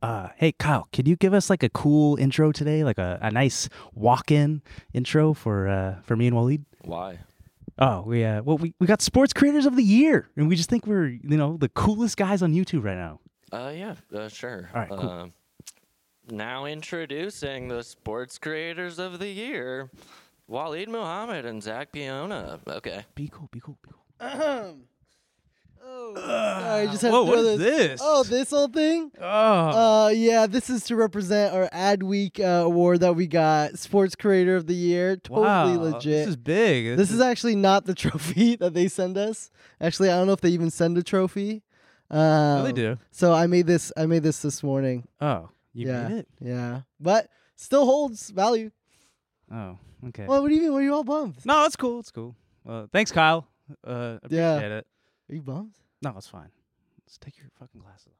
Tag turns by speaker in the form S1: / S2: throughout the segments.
S1: uh, hey Kyle, can you give us like a cool intro today, like a, a nice walk-in intro for uh, for me and Waleed?
S2: Why?
S1: Oh, we uh, well we, we got sports creators of the year, and we just think we're you know the coolest guys on YouTube right now.
S2: Uh, yeah, uh, sure.
S1: All right, cool.
S2: Um, now introducing the sports creators of the year, Waleed Muhammad and Zach Piona. Okay.
S1: Be cool, be cool, be cool.
S3: Ahem. Oh, sorry, I just had
S1: Uh, Whoa,
S3: to throw
S1: what is this?
S3: Oh, this whole thing?
S1: Oh,
S3: Uh, yeah, this is to represent our Ad Week uh, award that we got, Sports Creator of the Year. Totally legit.
S1: This is big. This,
S3: This is actually not the trophy that they send us. Actually, I don't know if they even send a trophy. Um,
S1: they do.
S3: So I made this. I made this this morning.
S1: Oh, you
S3: yeah,
S1: made it.
S3: yeah, but still holds value.
S1: Oh, okay.
S3: Well, what do you mean? What are you all bummed?
S1: no, it's cool. It's cool. Uh, thanks, Kyle. Uh, appreciate
S3: Yeah.
S1: it.
S3: Are you bummed?
S1: No, it's fine. Let's take your fucking glasses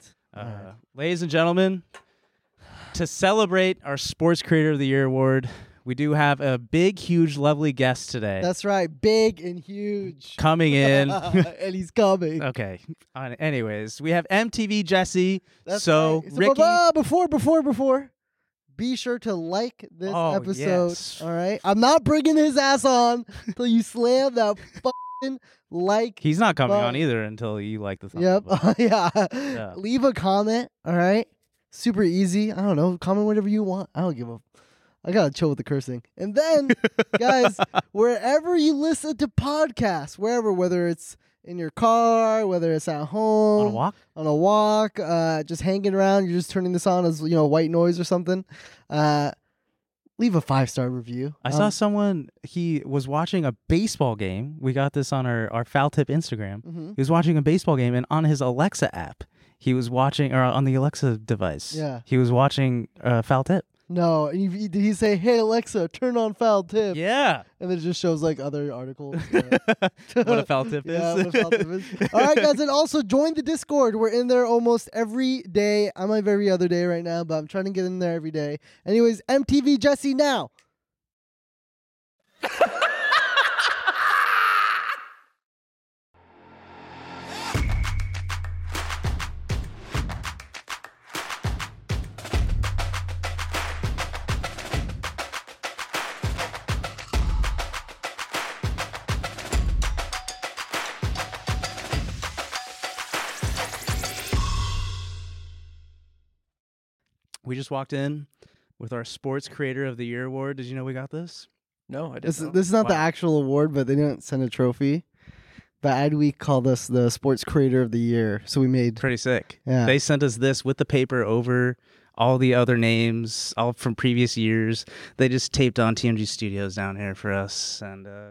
S1: off. Uh,
S3: Alright.
S1: Ladies and gentlemen, to celebrate our Sports Creator of the Year award, we do have a big, huge, lovely guest today
S3: That's right. Big and huge.
S1: coming in.
S3: and he's coming.
S1: okay. Uh, anyways, we have MTV Jesse.
S3: That's
S1: so
S3: right.
S1: Ricky,
S3: blah, blah, before, before, before, be sure to like this
S1: Oh,
S3: episode.
S1: yes.
S3: All right, I'm not bringing his ass on till you slam that fucking like.
S1: he's not coming
S3: Bye.
S1: on either until you like the thumbs
S3: Yep,
S1: up.
S3: yeah.
S1: Yeah.
S3: Leave a comment. All right, super easy. I don't know. Comment whatever you want. I don't give a. I gotta chill with the cursing. And then, guys, wherever you listen to podcasts, wherever, whether it's in your car, whether it's at home,
S1: on a walk.
S3: on a walk, uh, just hanging around. You're just turning this on as you know white noise or something. Uh, leave a five star review.
S1: I
S3: Um,
S1: saw someone, he was watching a baseball game. We got this on our, our foul tip Instagram.
S3: mhm.
S1: He was watching a baseball game, and on his Alexa app, he was watching, or on the Alexa device,
S3: Yeah.
S1: he was watching uh, Foul Tip.
S3: No, and you, did he say, "Hey Alexa, turn on foul tip"?
S1: Yeah,
S3: And then it just shows like other articles. uh,
S1: what a foul tip is.
S3: Yeah, what foul tip is. All right, guys, and also join the Discord. We're in there almost every day. I'm on every other day right now, but I'm trying to get in there every day. Anyways, MTV Jesse now.
S1: we just walked in with our Sports Creator of the Year award. Did you know we got this?
S2: No, I didn't.
S3: This, this is not the
S1: Wow.
S3: actual award, but they didn't send a trophy. But Ad Week called us the Sports Creator of the Year, so we made
S1: Pretty sick.
S3: Yeah.
S1: They sent us this with the paper over all the other names, all from previous years. They just taped on TMG Studios down here for us, and uh,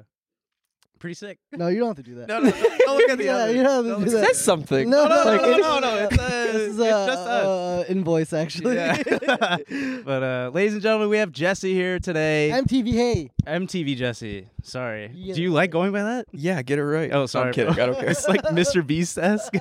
S1: pretty sick.
S3: No, you don't have to do that.
S1: No, no, no, don't look at the
S3: Yeah,
S1: other.
S3: you don't have to
S1: Don't
S3: do
S1: look
S3: that.
S1: at
S2: Says
S1: the-
S2: something.
S3: No, no,
S2: Like,
S3: no,
S2: it's-
S3: no, no,
S1: it's, uh,
S3: this is
S1: it's
S3: a,
S1: just us.
S3: uh, invoice, actually.
S1: Yeah. but uh, ladies and gentlemen, we have Jesse here today.
S3: MTV Hey.
S1: MTV Jesse. Sorry.
S3: Yeah.
S1: Do you like going by that?
S2: Yeah, get it right.
S1: Oh, sorry.
S2: I'm kidding. I don't care.
S1: it's like Mr. Beast esque.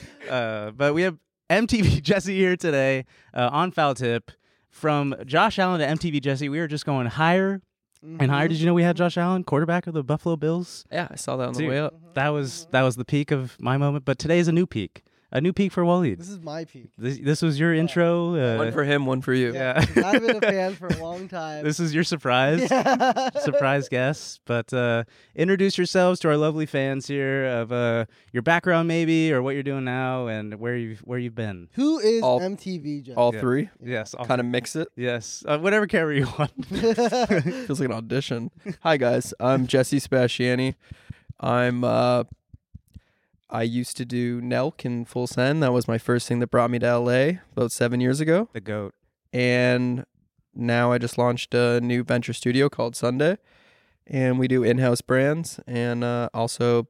S1: uh, but we have MTV Jesse here today uh, on Foul Tip. From Josh Allen to MTV Jesse, we are just going higher and higher. Did you know we had Josh Allen, quarterback of the Buffalo Bills?
S2: yeah, I saw that on
S1: Dude.
S2: the way up.
S1: That was that was the peak of my moment. But today is a new peak, a new peak for Waleed.
S3: This is my peak.
S1: This, this was your intro. Uh,
S2: One for him, one for you.
S1: yeah.
S3: I've been a fan for a long time.
S1: this is your surprise.
S3: yeah.
S1: surprise guests. But uh, introduce yourselves to our lovely fans here of uh, your background, maybe, or what you're doing now, and where you've where you've been.
S3: Who is
S2: All-
S3: MTV Jesse?
S2: All
S1: Yeah.
S2: three.
S1: Yes, I'll-
S2: Kind of mix it.
S1: yes, uh, whatever camera you want.
S3: Oh,
S2: Feels like an audition. Hi guys, I'm Jesse Spasciani. I'm uh I used to do Nelk in Full Send. That was my first thing that brought me to LA about seven years ago.
S1: the goat.
S2: And now I just launched a new venture studio called Sunday. And we do in house brands and uh, also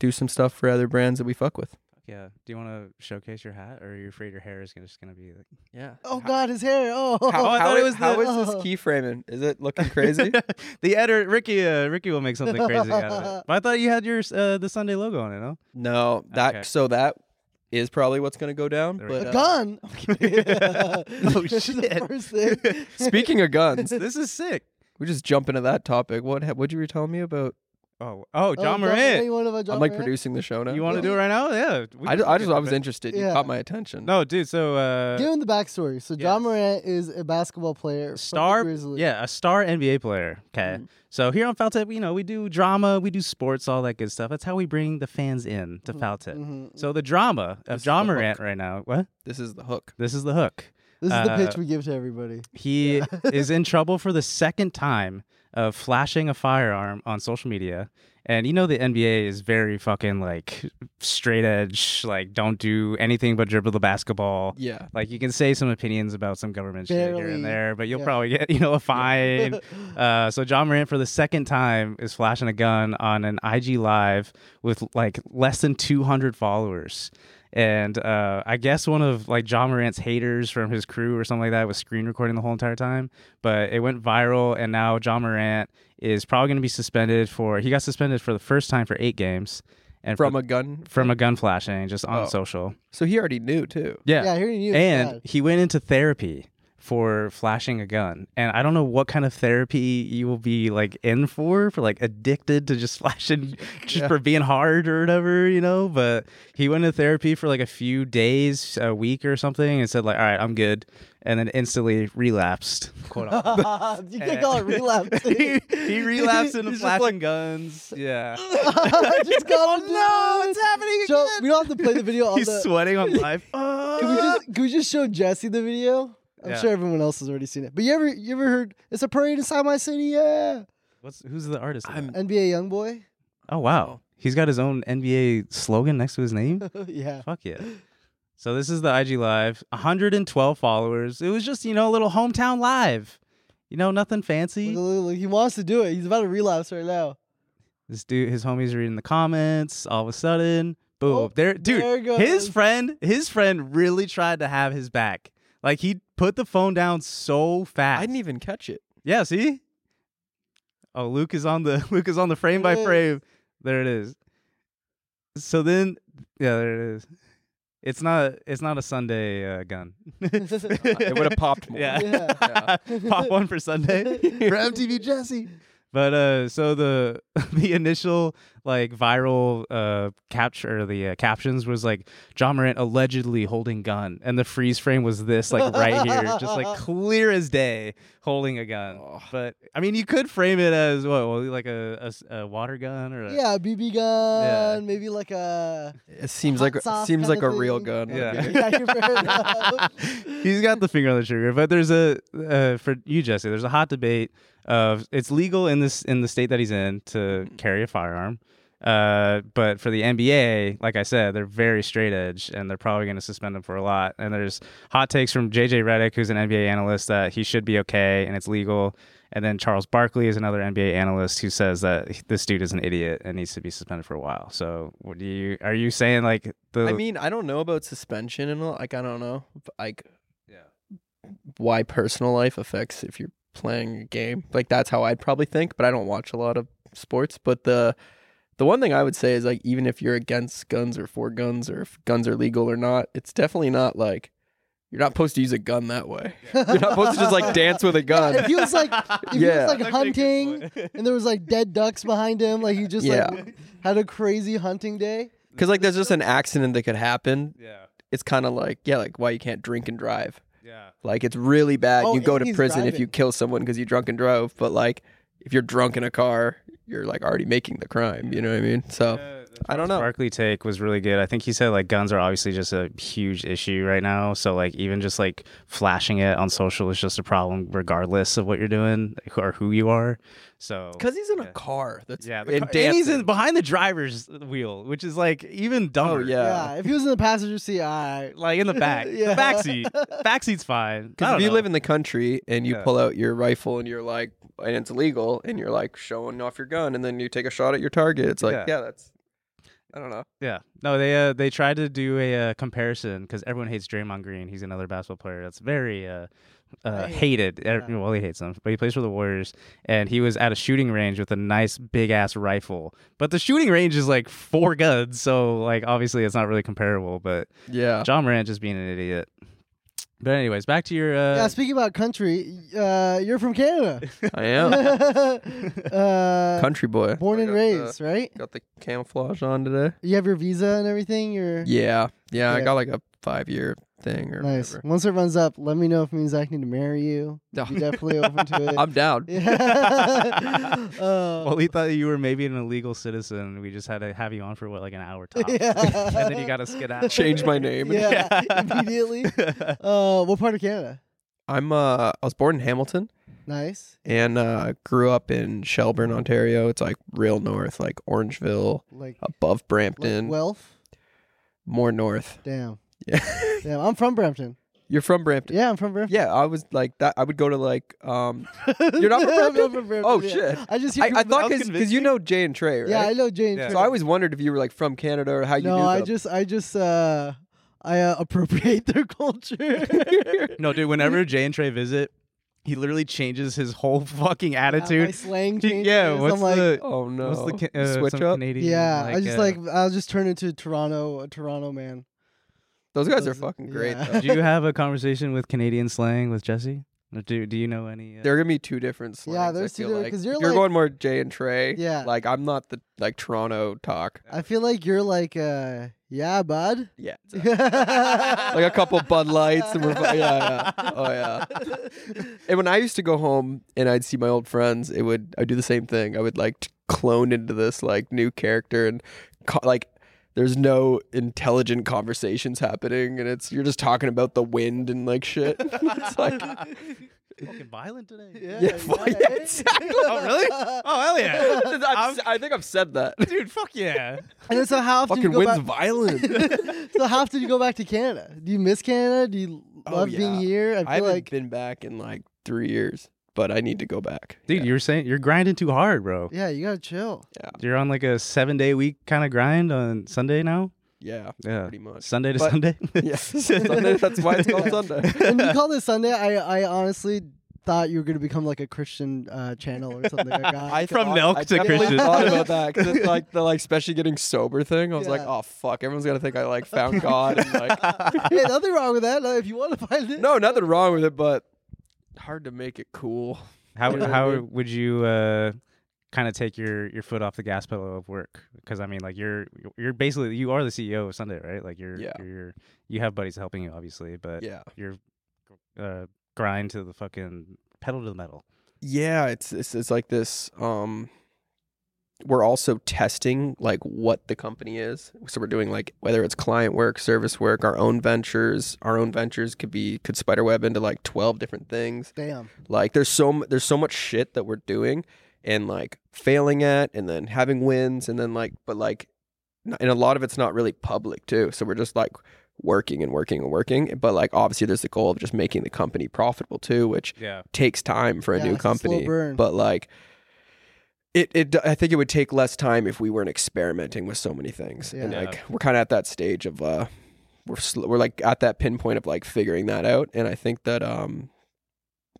S2: do some stuff for other brands that we fuck with.
S1: Yeah. Do you want to showcase your hat, or are you afraid your hair is gonna- just gonna be? Like...
S2: Yeah.
S3: oh, God, his hair. Oh.
S2: How,
S1: Oh, I
S2: how
S1: thought it
S2: i-
S1: was the-
S2: how is
S3: oh.
S2: this keyframing? Is it looking crazy?
S1: the editor Ricky, uh, Ricky will make something crazy out of it. But I thought you had your uh, the Sunday logo on it, no?
S2: no, that
S1: Okay.
S2: so that is probably what's going to go down.
S1: There we
S2: But
S3: a
S2: uh,
S3: gun.
S1: Oh,
S3: This is the
S1: shit.
S3: first thing.
S2: Speaking of guns,
S1: This is sick.
S2: we just jump into that topic. What ha- what you were telling me about
S1: Oh, oh,
S3: Oh,
S1: John
S3: Hey,
S1: Morant.
S3: you wanna know about John
S2: I'm like
S3: Morant?
S2: producing the show now.
S1: You want to do it right now? Yeah. we
S2: I,
S1: can
S2: ju- I
S1: get
S2: just I
S1: to
S2: was
S1: it.
S2: interested. You
S3: Yeah.
S2: caught my attention.
S1: No, dude. So,
S3: Give
S1: uh,
S3: him the backstory. So
S1: yes.
S3: John Morant is a basketball player, from the
S1: star.
S3: Grizzlies.
S1: Yeah, a star NBA player. Okay. So here on Foul Tip, you know, we do drama, we do sports, all that good stuff. That's how we bring the fans in to Foul Tip.
S3: Mhm.
S1: So Mm-hmm. the drama of
S2: is
S1: John
S2: the
S1: Morant right now. What?
S2: This is the hook.
S1: This is the hook.
S3: This is the pitch
S1: Uh,
S3: we give to everybody.
S1: He is in trouble for the second time of flashing a firearm on social media. And you know the NBA is very fucking like straight edge, like don't do anything but dribble the basketball.
S2: Yeah.
S1: Like you can say some opinions about some government shit here
S3: Barely.
S1: and there, but you'll
S3: Yeah.
S1: probably get, you know, a fine. uh, so John Morant for the second time is flashing a gun on an IG live with like less than 200 followers. And uh, I guess one of like John Morant's haters from his crew or something like that was screen recording the whole entire time. But it went viral, and now John Morant is probably going to be suspended for. He got suspended for the first time for eight games, and
S2: From
S1: for-
S2: a gun.
S1: from a gun flashing just on
S2: Oh.
S1: social.
S2: So he already knew too.
S3: yeah, I hear you.
S1: And he went into therapy for flashing a gun. And I don't know what kind of therapy you will be like in for, for like addicted to just flashing, just for being hard or whatever, you know. But he went into therapy for like a few days, a week or something, and said like, "All right, I'm good," and then instantly relapsed. Quote unquote.
S3: you can call it relapsing.
S1: he, he relapsed into
S2: He's just
S1: flashing guns. Yeah. Oh,
S3: I just got him
S1: No,
S3: down.
S1: it's happening
S3: So
S1: again.
S3: we don't have to play the video. on
S1: He's
S3: the,
S1: sweating on live.
S3: Can we just can we just show Jesse the video? I'm
S1: Yeah.
S3: sure everyone else has already seen it. But you ever you ever heard it's a parade inside my city? Yeah.
S1: What's who's the artist? of that?
S2: I'm
S3: NBA YoungBoy.
S1: Oh wow. He's got his own NBA slogan next to his name?
S3: yeah.
S1: Fuck yeah. So this is the IG live. 112 followers. It was just, you know, a little hometown live. You know, nothing
S3: Look,
S1: fancy.
S3: look, look, he wants to do it. He's about to relapse right now.
S1: This dude his homies are reading the comments. All of a sudden, boom.
S3: Oh,
S1: there dude,
S3: there it
S1: his
S3: goes.
S1: friend, his friend really tried to have his back. Like he put the phone down so fast.
S2: I didn't even catch it.
S1: Yeah, see? Oh, Luke is on the Luke is on the frame by
S3: There it
S1: frame. There it is. So then yeah, there it is. It's not it's not a Sunday uh, gun.
S2: It would have popped more.
S1: yeah.
S2: Yeah.
S1: Pop one for Sunday for MTV Jesse. But uh so the the initial like viral uh capture or the uh, captions was like John Morant allegedly holding gun and the freeze frame was this like right here just like clear as day holding a gun.
S2: Oh.
S1: But I mean, you could frame it as what, well, like a, a s- a water gun or a,
S3: Yeah, BB gun, maybe like a
S2: It seems
S3: hot
S2: like
S3: sauce
S2: seems
S3: kinda
S2: like a real
S3: thing.
S2: gun.
S1: Yeah.
S3: Okay, you're fair enough.
S1: He's got the finger on the trigger, but there's a uh, for you, Jesse. There's a hot debate of it's legal in this in the state that he's in to
S2: Mm.
S1: carry a firearm, uh, but for the NBA, like I said, they're very straight edge, and they're probably going to suspend him for a lot. And there's hot takes from JJ Redick, who's an NBA analyst, that he should be okay and it's legal. And then Charles Barkley is another NBA analyst who says that he- this dude is an idiot and needs to be suspended for a while. So, what do you are you saying like the
S2: I mean, I don't know about suspension and all. Like, I don't know, if, like, why personal life affects if you're playing a game. Like, that's how I'd probably think. But I don't watch a lot of sports. But the the one thing I would say is like, even if you're against guns or for guns or if guns are legal or not, it's definitely not like you're not supposed to use a gun that way. You're not supposed to just like dance with a
S3: if
S2: gun.
S3: he was like if he
S2: Yeah.
S3: was like hunting and there was like dead ducks behind him, like he just
S2: Yeah.
S3: like w- had a crazy hunting day.
S2: Because like, there's just an accident that could happen.
S1: yeah,
S2: It's kind of like yeah, like why you can't drink and drive.
S1: yeah.
S2: Like it's really bad.
S3: Oh,
S2: you go
S3: and
S2: to
S3: he's
S2: prison if you
S3: driving.
S2: kill someone because you drunk and drove. But like, if you're drunk in a car, you're like already making the crime. You know what I mean? So Oh. I don't know.
S1: Barkley take was really good. I think he said like guns are obviously just a huge issue right now. So like even just like flashing it on social is just a problem regardless of what you're doing or who you are. So
S2: Because he's in a
S1: Yeah.
S2: car. That's
S1: yeah,
S2: and
S1: the car- and he's in
S2: dancing.
S1: behind the driver's wheel, which is like even dumber.
S2: Oh yeah.
S3: Yeah. If he was in the passenger seat, all right.
S1: like in the back, the
S3: Yeah.
S1: back seat. Back seat's fine.
S2: Because if you live in the country and you
S1: Yeah.
S2: pull out your rifle and you're like, and it's illegal, and you're like showing off your gun, and then you take a shot at your target, it's like,
S1: Yeah.
S2: yeah, that's, I don't know.
S1: Yeah. No, they uh, they tried to do a uh, comparison because everyone hates Draymond Green. He's another basketball player that's very uh, uh,
S3: I hate
S1: hated.
S3: him.
S1: Uh, Well, he hates him, but he plays for the Warriors, and he was at a shooting range with a nice big ass rifle. But the shooting range is like four guns, so like obviously it's not really comparable. But
S2: Yeah.
S1: John Morant just being an idiot. But anyways, back to your uh,
S3: yeah, speaking about country, uh, you're from Canada.
S2: I am
S3: uh,
S2: country boy.
S3: born
S2: I
S3: and
S2: got the-
S3: raised, right?
S2: Got the camouflage on today.
S3: You have your visa and everything. You're
S2: Yeah, yeah. I
S3: Yeah.
S2: got like a five year thing or
S3: nice.
S2: whatever.
S3: Once it runs up, let me know if me and Zach need to marry you.
S2: No.
S3: You definitely open to it.
S2: I'm down.
S3: Yeah. Uh,
S1: Well, we thought you were maybe an illegal citizen. We just had to have you on for what, like an hour top,
S3: Yeah.
S1: and then you got to skedaddle.
S2: Change my name.
S3: yeah,
S1: Yeah.
S3: immediately. Uh, what part of Canada?
S2: I'm uh I was born in Hamilton
S3: Nice,
S2: and uh grew up in Shelburne, Ontario. It's like real north, like Orangeville,
S3: like,
S2: above
S3: like
S2: Brampton,
S3: Guelph.
S2: more north.
S3: Damn.
S2: Yeah.
S3: Damn, I'm from Brampton.
S2: You're from Brampton.
S3: Yeah, I'm from Brampton.
S2: Yeah, I was like that I would go to like um You're not from
S3: I'm
S2: Brampton? Oh,
S3: yeah.
S2: shit.
S3: I just hear
S2: I, I
S3: people-
S2: thought
S1: was
S2: because you know Jay and Trey, right?
S3: Yeah, I know Jane.
S1: Yeah.
S2: so I always wondered if you were like from Canada or how you
S3: no,
S2: knew
S3: I
S2: them.
S3: just, I just, uh, I uh, appropriate their culture.
S1: No, dude. Whenever Jay and Trey visit, he literally changes his whole fucking
S3: Uh, My
S1: attitude.
S3: slang
S1: He-
S3: changes.
S1: yeah,
S3: I'm
S1: what's
S3: like,
S1: the
S2: Oh no!
S1: what's the ca-
S2: You
S1: uh,
S2: switch
S1: some
S2: up?
S1: Canadian?
S3: Yeah, I just
S1: uh,
S3: like, I'll just turn into Toronto, a Toronto man.
S2: Those guys are
S3: those-
S2: fucking great.
S3: yeah.
S2: though.
S1: Did you have a conversation with Canadian slang with Jesse? Or Do Do you know any? Uh,
S2: There are gonna be two different slangs.
S3: Yeah,
S2: I
S3: there's two
S2: feel
S3: different-
S2: like.
S3: 'cause
S2: If
S3: you're
S2: you're,
S3: like-
S2: going more Jay and Trey.
S3: Yeah.
S2: like I'm not the like Toronto talk.
S3: I feel like you're like, uh, yeah, bud.
S2: Yeah,
S3: like
S2: like a couple Bud Lights, and we're fi- yeah, yeah, oh yeah. And when I used to go home and I'd see my old friends, it would I do the same thing. I would like t- clone into this like new character and co- like there's no intelligent conversations happening, and it's you're just talking about the wind and like shit. it's like
S1: fucking violent today.
S3: Yeah,
S2: yeah, fuck, yeah,
S3: eh?
S2: exactly.
S1: Oh really? Oh hell yeah,
S2: I've s- I think I've said that.
S1: dude. Fuck yeah.
S3: And then so how often do you
S2: Fucking
S3: go
S2: wind's
S3: back?
S2: violent.
S3: so how often do you go back to Canada? Do you miss Canada? Do you
S2: Oh,
S3: love being
S2: yeah.
S3: here? I
S2: I
S3: feel
S2: haven't
S3: like
S2: been back in like three years, but I need to go back.
S1: Dude,
S2: yeah.
S1: you're saying you're grinding too hard, bro.
S3: yeah, you gotta chill.
S1: You're on like a seven day week kind of grind on Sunday now.
S2: yeah,
S1: Yeah.
S2: pretty much.
S1: Sunday to
S2: But-
S1: Sunday.
S2: yeah, Sunday, that's why it's called Sunday.
S3: When you called it Sunday, I I honestly thought you were gonna become like a Christian uh, channel or something. Like that.
S2: I
S1: From
S2: thought-
S1: Nelk
S2: I
S1: to
S2: definitely
S1: Christian.
S2: thought about that 'cause it's like the like especially getting sober thing. I was like,
S3: Yeah.
S2: oh fuck, everyone's gonna think I like found God. And, like,
S3: hey, nothing wrong with that. uh, If you want to find it,
S2: no, nothing wrong with it, but hard to make it cool.
S1: How
S2: Yeah.
S1: how would you uh, kind of take your, your foot off the gas pedal of work? Because I mean, like you're you're basically you are the CEO of Sunday, right? Like you're
S2: Yeah.
S1: you're, you have buddies helping you, obviously, but
S2: Yeah,
S1: you're uh, grind to the fucking pedal to the metal.
S2: yeah, it's it's, it's like this. Um, we're also testing like what the company is. So we're doing like whether it's client work, service work, our own ventures. Our own ventures could be could spiderweb into like twelve different things.
S3: damn.
S2: Like there's so mu- there's so much shit that we're doing and like failing at and then having wins and then like but like n- and a lot of it's not really public too. So we're just like working and working and working. But like obviously there's the goal of just making the company profitable too, which
S1: Yeah,
S2: takes time for a
S3: Yeah,
S2: new
S3: it's a slow
S2: company.
S3: burn.
S2: But like it, it d- I think it would take less time if we weren't experimenting with so many things. And
S1: Yeah.
S2: like we're kind of at that stage of uh we're sl- we're like at that pinpoint of like figuring that out and I think that um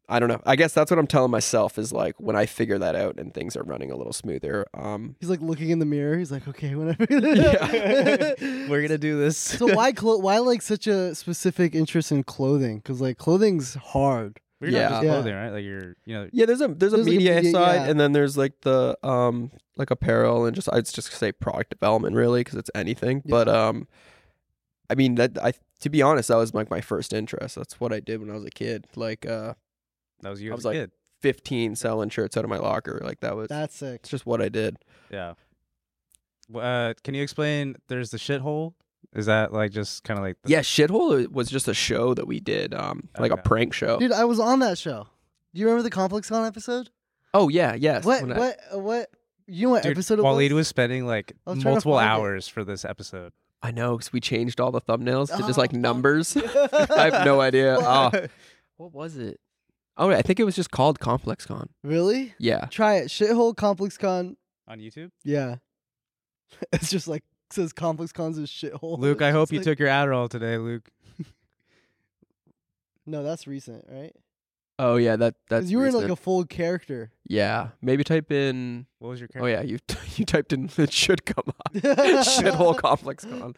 S2: I don't know. I guess that's what I'm telling myself is like when I figure that out and things are running a little smoother. Um
S3: He's like looking in the mirror. He's like, okay, whenever.
S2: Yeah.
S1: we're gonna do this.
S3: so why clo- why like such a specific interest in clothing? Because like clothing's hard.
S1: We're not just
S2: Yeah.
S1: clothing, right? Like you're you know
S2: yeah, there's a there's a
S3: There's, like, a
S2: media
S3: media-
S2: side
S3: yeah.
S2: and then there's like the um like apparel and just I'd just say product development really cuz it's anything. But um I mean that I to be honest, that was like my first interest. That's what I did when I was a kid. Like uh
S1: that was you
S2: I
S1: as
S2: was
S1: a
S2: like-
S1: kid.
S2: 15 selling shirts out of my locker. Like that was
S3: That's sick.
S2: it's just what I did.
S1: Yeah. W- Uh, can you explain? There's the shithole. Is that like just kind of like the,
S2: Yeah, shithole was just a show that we did, um, like a
S1: Okay.
S2: prank show.
S3: Dude, I was on that show. Do you remember the Complex Con episode?
S2: oh yeah, yes.
S3: What?
S2: when I-
S3: What? what? You know what
S1: Dude,
S3: episode it was?
S1: Waleed was spending like
S3: I was trying to
S1: multiple
S3: find it.
S1: hours for this episode.
S2: I know because we changed all the thumbnails to just
S3: Oh,
S2: like
S3: fuck.
S2: numbers. I have no idea. Ah, what was it? Oh, I think it was just called Complex Con.
S3: Really?
S2: Yeah,
S3: Try it. Shithole Complex Con.
S1: on YouTube.
S3: Yeah. it's just like says Complex Con's a shithole.
S1: Luke,
S3: It's
S1: I hope
S3: just
S1: you
S3: like-
S1: took your Adderall today, Luke.
S3: No, that's recent, right?
S2: oh yeah, that that's
S3: Because you were in like
S2: recent.
S3: a full character.
S2: yeah. Maybe type in.
S1: What was your
S2: Oh
S1: character?
S2: yeah, you you typed in. It should come up. shithole Complex Con.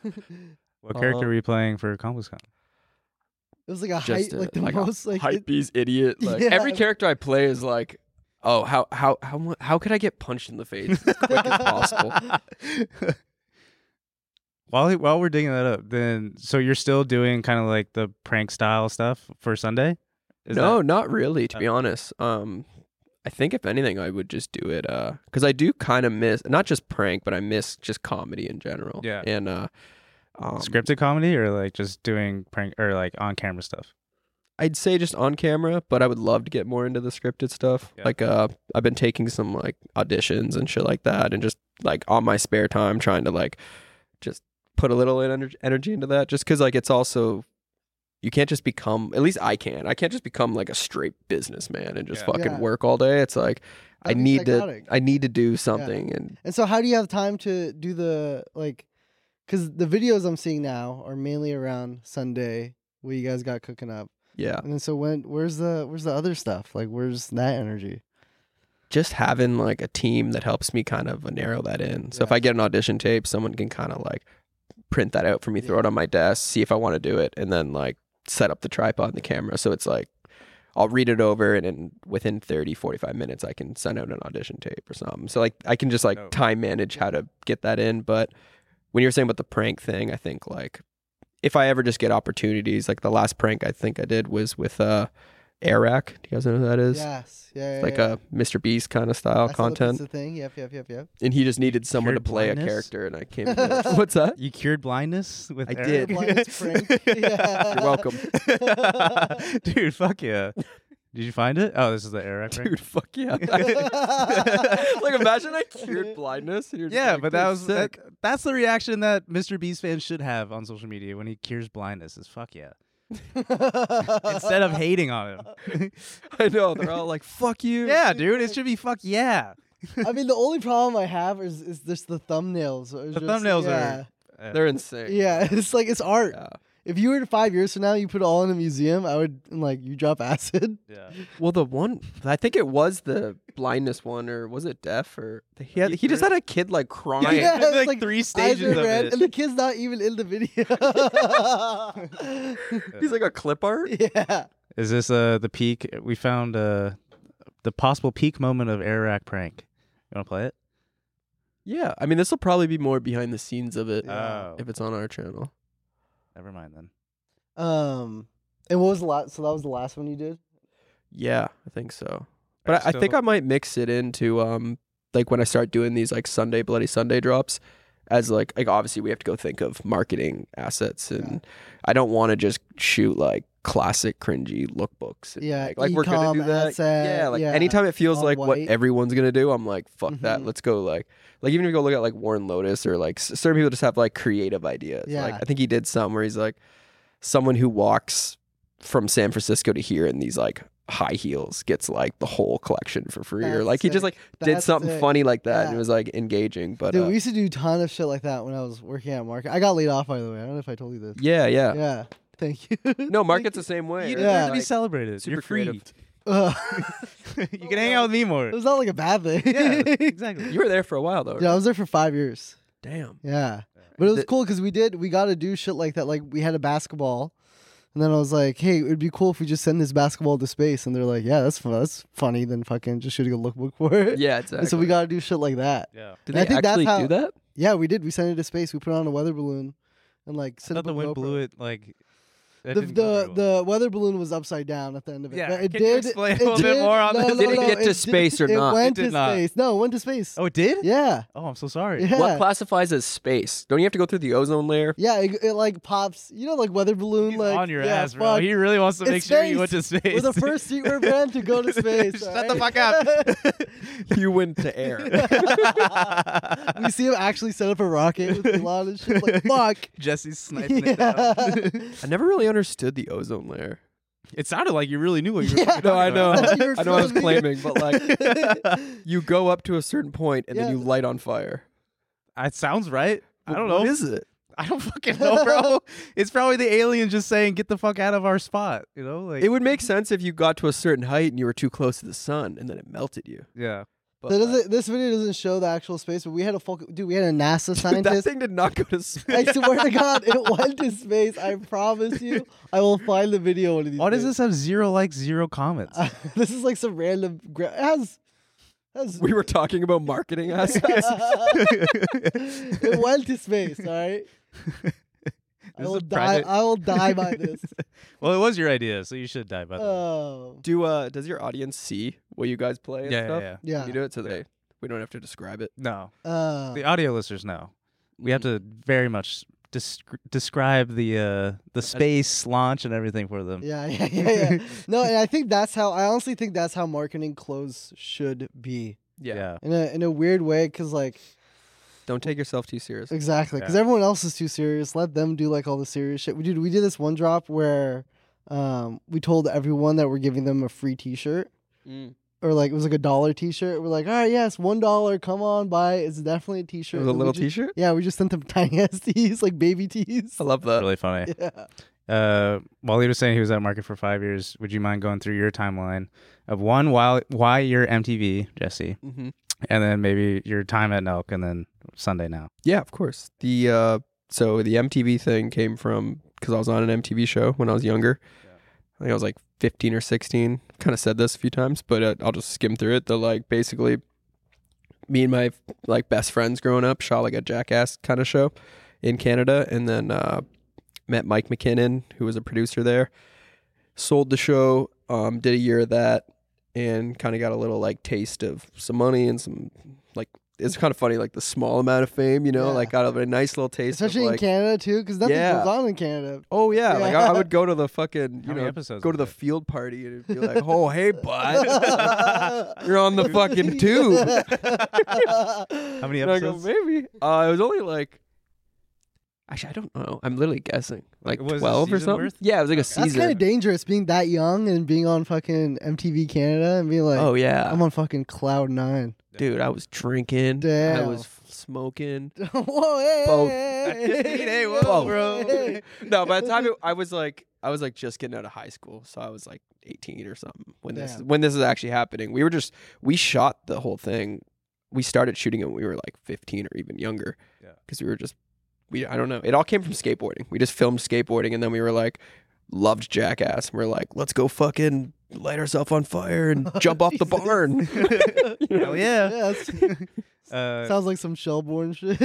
S1: What character
S2: Uh,
S1: were you playing for Complex Con?
S3: It was like a hype,
S2: Just a-
S3: like the
S2: like a
S3: most like it-
S2: Hypebeast idiot. Like
S3: Yeah.
S2: every character I play is like, oh, how how how mu- how could I get punched in the face as quick as possible?
S1: while he- while we're digging that up, then so you're still doing kind of like the prank style stuff for Sunday? Is
S2: no,
S1: that-
S2: not really. To
S1: Uh,
S2: be honest, um, I think if anything, I would just do it. Uh, because I do kind of miss not just prank, but I miss just comedy in general.
S1: Yeah.
S2: and uh, um,
S1: scripted comedy or like just doing prank or like on camera stuff.
S2: I'd say just on camera, but I would love to get more into the scripted stuff.
S1: Yeah.
S2: Like uh I've been taking some like auditions and shit like that and just like on my spare time trying to like just put a little ener- energy into that just cuz like it's also you can't just become at least I can. I can't just become like a straight businessman and just
S1: Yeah.
S2: fucking
S3: Yeah.
S2: work all day. It's like I
S3: that'd be
S2: need
S3: psychotic.
S2: to I need to do something and
S3: And so, how do you have time to do the like? Because the videos I'm seeing now are mainly around Sunday, what you guys got cooking up.
S2: yeah,
S3: And then, so when where's the where's the other stuff? Like, where's that energy?
S2: just having like a team that helps me kind of narrow that in. So if
S3: Yeah.
S2: I get an audition tape, someone can kind of like print that out for me, throw
S3: Yeah.
S2: it on my desk, see if I want to do it, and then like set up the tripod and the camera. So it's like I'll read it over and in within 30, 45 minutes I can send out an audition tape or something. So like I can just like
S1: Dope.
S2: time manage how to get that in. But when you were saying about the prank thing, I think like if I ever just get opportunities, like the last prank I think I did was with uh Airac. Do you guys know who that is?
S3: Yes, yeah, yeah
S2: It's like
S3: yeah.
S2: a Mr. Beast kind of style
S3: I saw that
S2: content,
S3: That's the thing. Yep, yep, yep, yep.
S2: and he just needed someone
S1: Cured
S2: to play
S1: blindness?
S2: a character, and I came. up with it. What's that?
S1: You cured blindness with
S2: I
S1: Eric?
S2: did.
S3: Blindness prank. Yeah.
S2: You're welcome.
S1: Dude, fuck yeah. Did you find it? Oh, this is the Eric.
S2: Dude, fuck yeah! like imagine I cured blindness. And you're just
S1: Yeah,
S2: like,
S1: but that
S2: "Dude,
S1: was that,
S2: sick.
S1: that's the reaction that Mr. Beast fans should have on social media when he cures blindness is fuck yeah. Instead of hating on him.
S2: I know they're all like, "Fuck you."
S1: yeah, dude, it should be fuck yeah.
S3: I mean, the only problem I have is is just the thumbnails.
S1: The thumbnails are- Uh,
S2: they're insane.
S3: Yeah, it's like it's art.
S2: Yeah.
S3: If you were to five years from now, you put it all in a museum, I would and like you drop acid.
S1: yeah.
S2: Well, the one I think it was the blindness one, or was it deaf? Or he had, he just had a kid like crying.
S3: Yeah,
S1: There's
S3: it's
S1: like,
S3: like
S1: three
S3: Eyes
S1: stages
S3: are
S1: of
S3: red,
S1: it.
S3: and the kid's not even in the video.
S2: He's like a clip art.
S3: yeah.
S1: Is this uh the peak? We found uh the possible peak moment of Arac prank. You want to play it?
S2: Yeah, I mean this will probably be more behind the scenes of it
S1: Oh,
S2: if it's on our channel.
S1: never mind then.
S3: Um. And what was the last? So that was the last one you did.
S2: Yeah, I think so. But I, I
S1: still-
S2: think I might mix it into um like when I start doing these like Sunday Bloody Sunday drops as like like obviously we have to go think of marketing assets and I don't want to just shoot like classic cringy lookbooks. and,
S3: Yeah,
S2: like, like we're gonna
S3: e-com
S2: do that.
S3: asset,
S2: yeah, like
S3: yeah,
S2: anytime it feels
S3: all
S2: like what
S3: white.
S2: everyone's gonna do, I'm like fuck that.
S3: Mhm.
S2: Let's go like like even if you go look at like Warren Lotus or like s- certain people just have like creative ideas. Like
S3: Yeah.
S2: I think he did something where he's like someone who walks from San Francisco to here in these like high heels gets like the whole collection for free or
S3: That's
S2: like he just
S3: sick.
S2: like did
S3: That's
S2: something
S3: sick.
S2: funny like that and
S3: Yeah.
S2: it was like engaging but
S3: Dude,
S2: uh,
S3: we used to do a ton of shit like that when I was working at market. I got laid off by the way. I don't know if I told you this.
S2: yeah, yeah
S3: Yeah. Thank you.
S2: no market's the same way
S1: You
S2: right?
S3: don't
S1: deserve
S3: Yeah.
S1: to be
S2: Like,
S1: celebrated.
S2: super
S1: You're free.
S2: creative.
S3: Uh,
S1: you can hang out with me more.
S3: it was not like a bad thing.
S1: Yeah, Oh, exactly.
S2: you were there for a while though
S3: Yeah, I
S2: right?
S3: was there for five years.
S2: damn
S3: Yeah. But it was
S2: The-
S3: cool because we did, we got to do shit like that. Like, we had a basketball. And then I was like, hey, it would be cool if we just send this basketball to space. And they're like, yeah, that's, fu- that's funny. Then fucking just shooting a lookbook for it.
S2: yeah exactly
S3: And so we got to do shit like that.
S1: Yeah.
S2: did
S3: and I
S2: they
S3: think that's
S2: actually
S3: how-
S2: do that
S3: Yeah, we did. We sent it to space. We put on a weather balloon and like
S1: I
S3: sent
S1: thought
S3: up a
S1: the wind
S3: GoPro.
S1: blew it like. that
S3: The,
S1: didn't go
S3: the
S1: very well.
S3: the weather balloon was upside down at the end of it.
S1: Yeah,
S3: but it
S1: can you
S3: did.
S1: explain a
S3: it
S1: little bit
S3: did-
S1: more on
S3: no,
S1: that?
S3: no,
S2: Did it
S3: no,
S2: get to
S3: did-
S2: space or not?
S3: It went
S1: It did
S3: to
S1: not.
S3: space. No, it went to space.
S1: oh, it did.
S3: Yeah.
S1: Oh, I'm so sorry.
S3: Yeah.
S2: what classifies as space don't you have to go through the ozone layer
S3: Yeah, it, it like pops. You know, like weather balloon.
S1: He's
S3: like
S1: on your
S3: yeah,
S1: ass, bro.
S3: fuck.
S1: He really wants to
S3: It's
S1: make sure you went to
S3: space.
S1: space.
S3: We're the first streetwear brand to go to space.
S1: Shut
S3: alright?
S1: the fuck up.
S2: you went to air
S3: we see him actually set up a rocket with Elon and shit. Like fuck.
S1: Jesse's sniping it down.
S3: Yeah.
S2: I never really understood the ozone layer
S1: It sounded like you really knew what you were
S3: Yeah.
S1: talking
S2: no I know
S1: about.
S3: thought you were
S2: I know I was
S3: filming.
S2: claiming but like you go up to a certain point and then
S3: Yeah.
S2: you light on fire
S1: It sounds right. I
S2: But
S1: don't know.
S2: what is it
S1: I don't fucking know, bro. it's probably the alien just saying, "Get the fuck out of our spot." You know, like
S2: It would make sense if you got to a certain height and you were too close to the sun and then it melted you.
S1: yeah.
S2: But
S3: That doesn't, this video doesn't show the actual space, but we had a fuck, dude. We had a NASA
S2: Dude, that
S3: scientist.
S2: thing did not go to space.
S3: I swear to God, it went to space. I promise you, I will find the video one of these.
S1: Why does
S3: days.
S1: this have zero likes, zero comments?
S3: this is like some random. Gra- it has, it has
S2: we were talking about marketing assets.
S3: it went to space. All right. I
S1: This is
S3: will
S1: a
S3: die.
S1: private-
S3: I will die by this.
S1: well, it was your idea, so you should die by that.
S3: Oh
S2: Do uh, does your audience see what you guys play? And
S1: yeah, yeah,
S2: stuff?
S1: yeah.
S3: yeah.
S2: You do it so they we don't have to describe it. Mm,
S1: No,
S3: Uh,
S1: the audio listeners know. We have to very much descri- describe the uh, the space launch and everything for them.
S3: yeah, yeah, yeah, yeah. No, and I think that's how. I honestly think that's how marketing clothes should be.
S2: Yeah.
S3: In a in a weird way, because like
S2: Don't take yourself too seriously.
S3: Exactly, because
S1: Yeah.
S3: everyone else is too serious. Let them do like all the serious shit. We did. We did this one drop where um, we told everyone that we're giving them a free T-shirt,
S2: Mm.
S3: or like it was like a dollar T-shirt. We're like, all right, yes, one dollar. Come on, buy. it. It's definitely a T-shirt.
S2: It was a
S3: And we
S2: little
S3: ju-
S2: T-shirt.
S3: Yeah, we just sent them tiny ass tees, like baby tees.
S2: I love that.
S1: Really funny.
S3: Yeah.
S1: Uh, while he was saying he was at market for five years, would you mind going through your timeline of one, why, why your MTV, Jesse,
S2: Mm-hmm.
S1: and then maybe your time at Nelk and then Sunday now?
S2: Yeah, of course. The uh, so the MTV thing came from because I was on an MTV show when I was younger. I think I was like 15 or 16. Kind of said this a few times, but uh, I'll just skim through it. The like basically, me and my like best friends growing up shot like a jackass kind of show in Canada, and then uh, met Mike McKinnon, who was a producer there. Sold the show, um, did a year of that, and kind of got a little like taste of some money and some like it's kind of funny like the small amount of fame, you know,
S3: Yeah.
S2: like got a nice little taste. of,
S3: Especially
S2: like,
S3: in Canada too, because nothing
S2: Yeah.
S3: goes on in Canada.
S2: Oh yeah, like I, I
S3: Yeah.
S2: would go to the fucking
S1: How
S2: you
S1: many
S2: know
S1: episodes
S2: go
S1: was
S2: to the
S1: it?
S2: field party and it'd be like, oh hey bud, you're on the fucking tube.
S1: How many
S2: And I go
S1: episodes?
S2: maybe. Uh, it was only like, actually I don't know. I'm literally guessing like
S1: Was it
S2: twelve or
S1: season
S2: something.
S1: worth?
S2: Yeah, it was like a
S3: That's
S2: season.
S3: kind of dangerous, being that young and being on fucking MTV Canada and being like,
S2: oh yeah,
S3: I'm on fucking cloud nine.
S2: dude, I was drinking. I
S3: Damn.
S2: was f- smoking.
S3: whoa, hey,
S2: Both.
S3: hey,
S1: Hey, whoa,
S2: Both.
S1: bro.
S3: hey.
S2: no, by the time it, I was like, I was like just getting out of high school, so I was like 18 or something when this
S3: Damn.
S2: when this is actually happening. We were just we shot the whole thing. We started shooting it when we were like 15 or even younger.
S1: Yeah.
S2: because we were just we I don't know. It all came from skateboarding. We just filmed skateboarding, and then we were like loved Jackass, and we are like, let's go fucking light ourselves on fire and jump off the
S3: Jesus.
S2: barn. You know?
S1: Hell yeah.
S3: Yeah, that's-
S1: Uh,
S3: sounds like some Shellborn shit.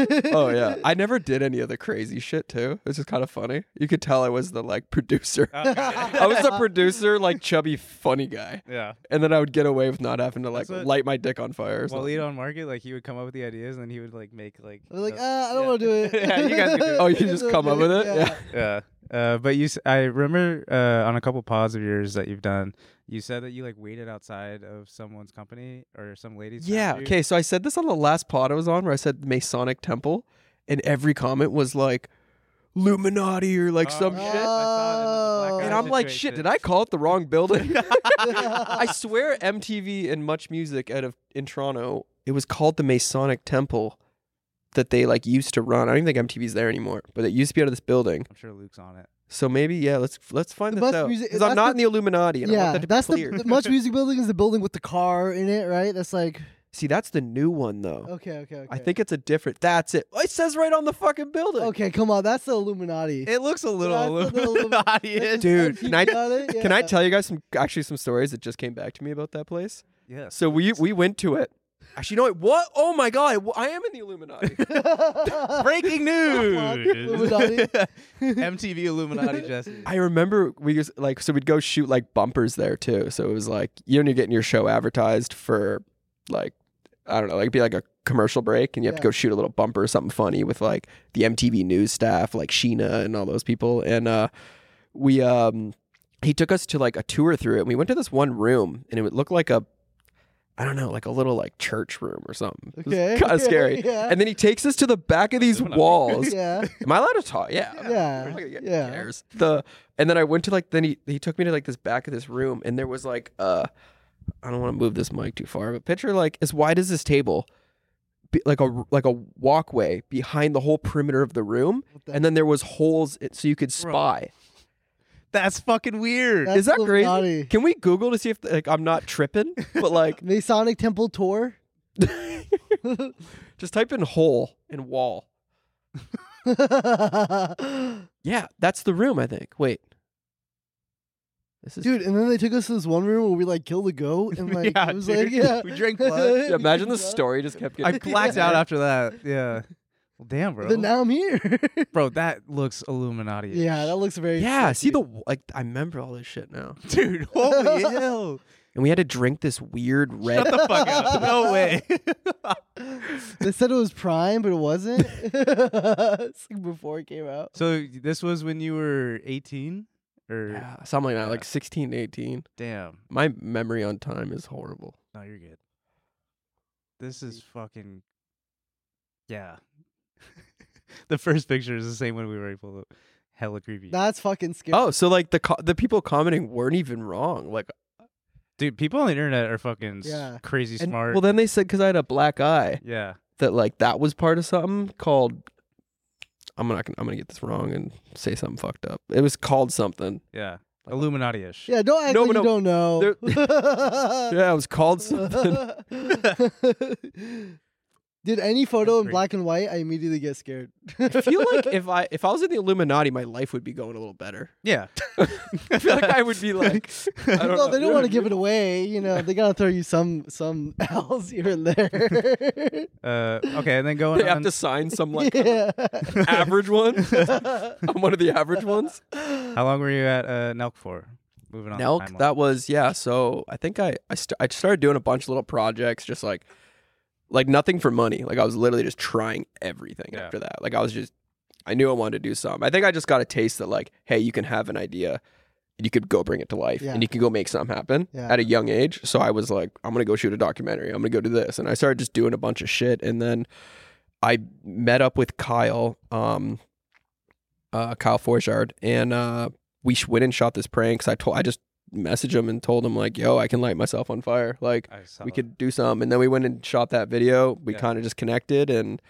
S2: Oh yeah, I never did any of the crazy shit too. It's just kind of funny. You could tell I was the like producer.
S1: oh, got it.
S2: I was the producer, like chubby, funny guy,
S1: yeah.
S2: and then I would get away with not having to like
S1: That's what-
S2: light my dick on fire. Or something.
S1: Walid on market, like he would come up with the ideas and then he would like make like.
S3: They're like,
S1: the-
S3: uh, I don't
S1: yeah.
S3: want to do it.
S1: Yeah, you guys can do it.
S2: Oh, you just
S3: Don't
S2: come
S3: do
S2: up with it? Yeah.
S1: Yeah. Uh, but you, s- I remember uh, on a couple pods of yours that you've done, you said that you like waited outside of someone's company or some lady's.
S2: Yeah.
S1: factory.
S2: Okay. So I said this on the last pod I was on, where I said Masonic Temple, and every comment was like Illuminati or like some
S3: yeah.
S2: shit.
S3: Oh.
S2: And I'm like, shit, did I call it the wrong building? I swear MTV and Much Music out of in Toronto, it was called the Masonic Temple that they like used to run. I don't even think MTV's there anymore, but it used to be out of this building.
S1: I'm sure Luke's on it.
S2: So maybe yeah, let's let's find
S3: The
S2: this
S3: bus
S2: out.
S3: music-
S2: Because I'm
S3: that's
S2: not
S3: the-
S2: in the Illuminati. And I want
S3: yeah,
S2: that to
S3: that's
S2: be clear.
S3: the, the Much Music Building is the building with the car in it, right? That's like
S2: See, that's the new one though.
S3: okay, okay, okay.
S2: I think it's a different. That's it. It says right on the fucking building.
S3: okay, come on, that's the Illuminati.
S1: It looks a little
S3: That's a little
S1: Illuminati.
S2: Dude,
S3: If you
S2: can I-
S3: got it,
S2: Can I
S3: yeah.
S2: tell you guys some actually some stories that just came back to me about that place?
S1: yes.
S2: So we we went to it. Actually, no. Wait, what? Oh my god! I w- I am in the Illuminati.
S1: Breaking news.
S3: Illuminati.
S1: MTV Illuminati Jesse.
S2: I remember we just like so we'd go shoot like bumpers there too. So it was like you know you're getting your show advertised for like I don't know, like it'd be like a commercial break and you have to
S3: Yeah.
S2: go shoot a little bumper or something funny with like the MTV news staff, like Sheena and all those people. And uh we um he took us to like a tour through it and we went to this one room and it would look like a I don't know, like a little like church room or something.
S3: Okay,
S2: Kind of
S3: okay,
S2: scary.
S3: yeah.
S2: And then he takes us to the back of these walls.
S3: yeah.
S2: Am I allowed to talk? Yeah.
S3: Yeah.
S2: We're not gonna get-
S3: Yeah.
S2: who cares? The and then I went to like then he he took me to like this back of this room and there was like uh I don't want to move this mic too far, but picture like as wide as this table, be, like a like a walkway behind the whole perimeter of the room,
S3: the-
S2: and then there was holes it, so you could spy.
S1: That's fucking weird.
S3: That's
S2: Is that crazy?
S3: Illuminati.
S2: Can we Google to see if like I'm not tripping? But like
S3: Masonic Temple tour.
S2: Just type in hole and wall.
S3: Dude,
S2: Yeah, that's the room, I think. Wait. This is
S3: and then they took us to this one room where we like killed a goat and like
S1: Yeah,
S3: it was
S1: dude.
S3: like yeah.
S1: We drank blood.
S2: Yeah, imagine the
S3: Yeah.
S2: story just kept
S1: I
S2: getting
S1: blacked out after that. Yeah. Well, damn, bro.
S3: Then now I'm here.
S1: bro, that looks Illuminati.
S3: yeah, that looks very
S2: Yeah, see
S3: sketchy.
S2: the like I remember all this shit now.
S1: dude. Holy hell.
S2: And we had to drink this weird red
S1: Shut the fuck up. No way.
S3: they said it was prime, but it wasn't. it's like before it came out.
S1: so this was when you were 18, or
S2: Yeah, something like that, like 16 to 18.
S1: damn.
S2: My memory on time is horrible.
S1: No, you're good. This is fucking. Yeah. the first picture is the same one we already pulled up. Hella creepy.
S3: That's fucking scary.
S2: Oh, so like the co- the people commenting weren't even wrong. Like
S1: Dude, people on the internet are fucking s-
S3: Yeah.
S1: crazy
S2: and-
S1: smart.
S2: Well, then they said cuz I had a black eye
S1: yeah.
S2: that like that was part of something called I'm not gonna, I'm going to get this wrong and say something fucked up. It was called something.
S1: Yeah. Illuminati ish.
S3: Yeah, don't act
S2: No,
S3: like
S2: but
S3: you don't know.
S2: Yeah, it was called something.
S3: Dude, any photo in
S1: Great.
S3: black and white, I immediately get scared.
S2: I feel like if I if I was in the Illuminati, my life would be going a little better.
S1: Yeah.
S2: I feel like I would be like, I don't
S3: well,
S2: know.
S3: they don't want to give it away. You know, they gotta throw you some some else here and there.
S1: Uh, okay, and then going
S2: They
S1: on.
S2: have to sign some like
S3: yeah.
S2: average one. I'm one of the average ones.
S1: How long were you at uh, Nelk for? Moving on. the
S2: Nelk,
S1: timeline.
S2: that was yeah. So I think I I, st- I started doing a bunch of little projects, just like like nothing for money. Like I was literally just trying everything
S1: Yeah.
S2: after that. Like I was just I knew I wanted to do something. I think I just got a taste that like, hey, you can have an idea. and You could go bring it to life
S3: Yeah.
S2: and you can go make something happen
S3: Yeah.
S2: at a young age. So I was like, I'm going to go shoot a documentary. I'm going to go do this. And I started just doing a bunch of shit. And then I met up with Kyle, um, uh, Kyle Forshard, and uh, we sh- went and shot this prank. Cause I told, I just messaged him and told him like, "Yo, I can light myself on fire. Like,
S1: I saw
S2: we
S1: that.
S2: could do some." And then we went and shot that video. We
S1: Yeah.
S2: kind of just connected, and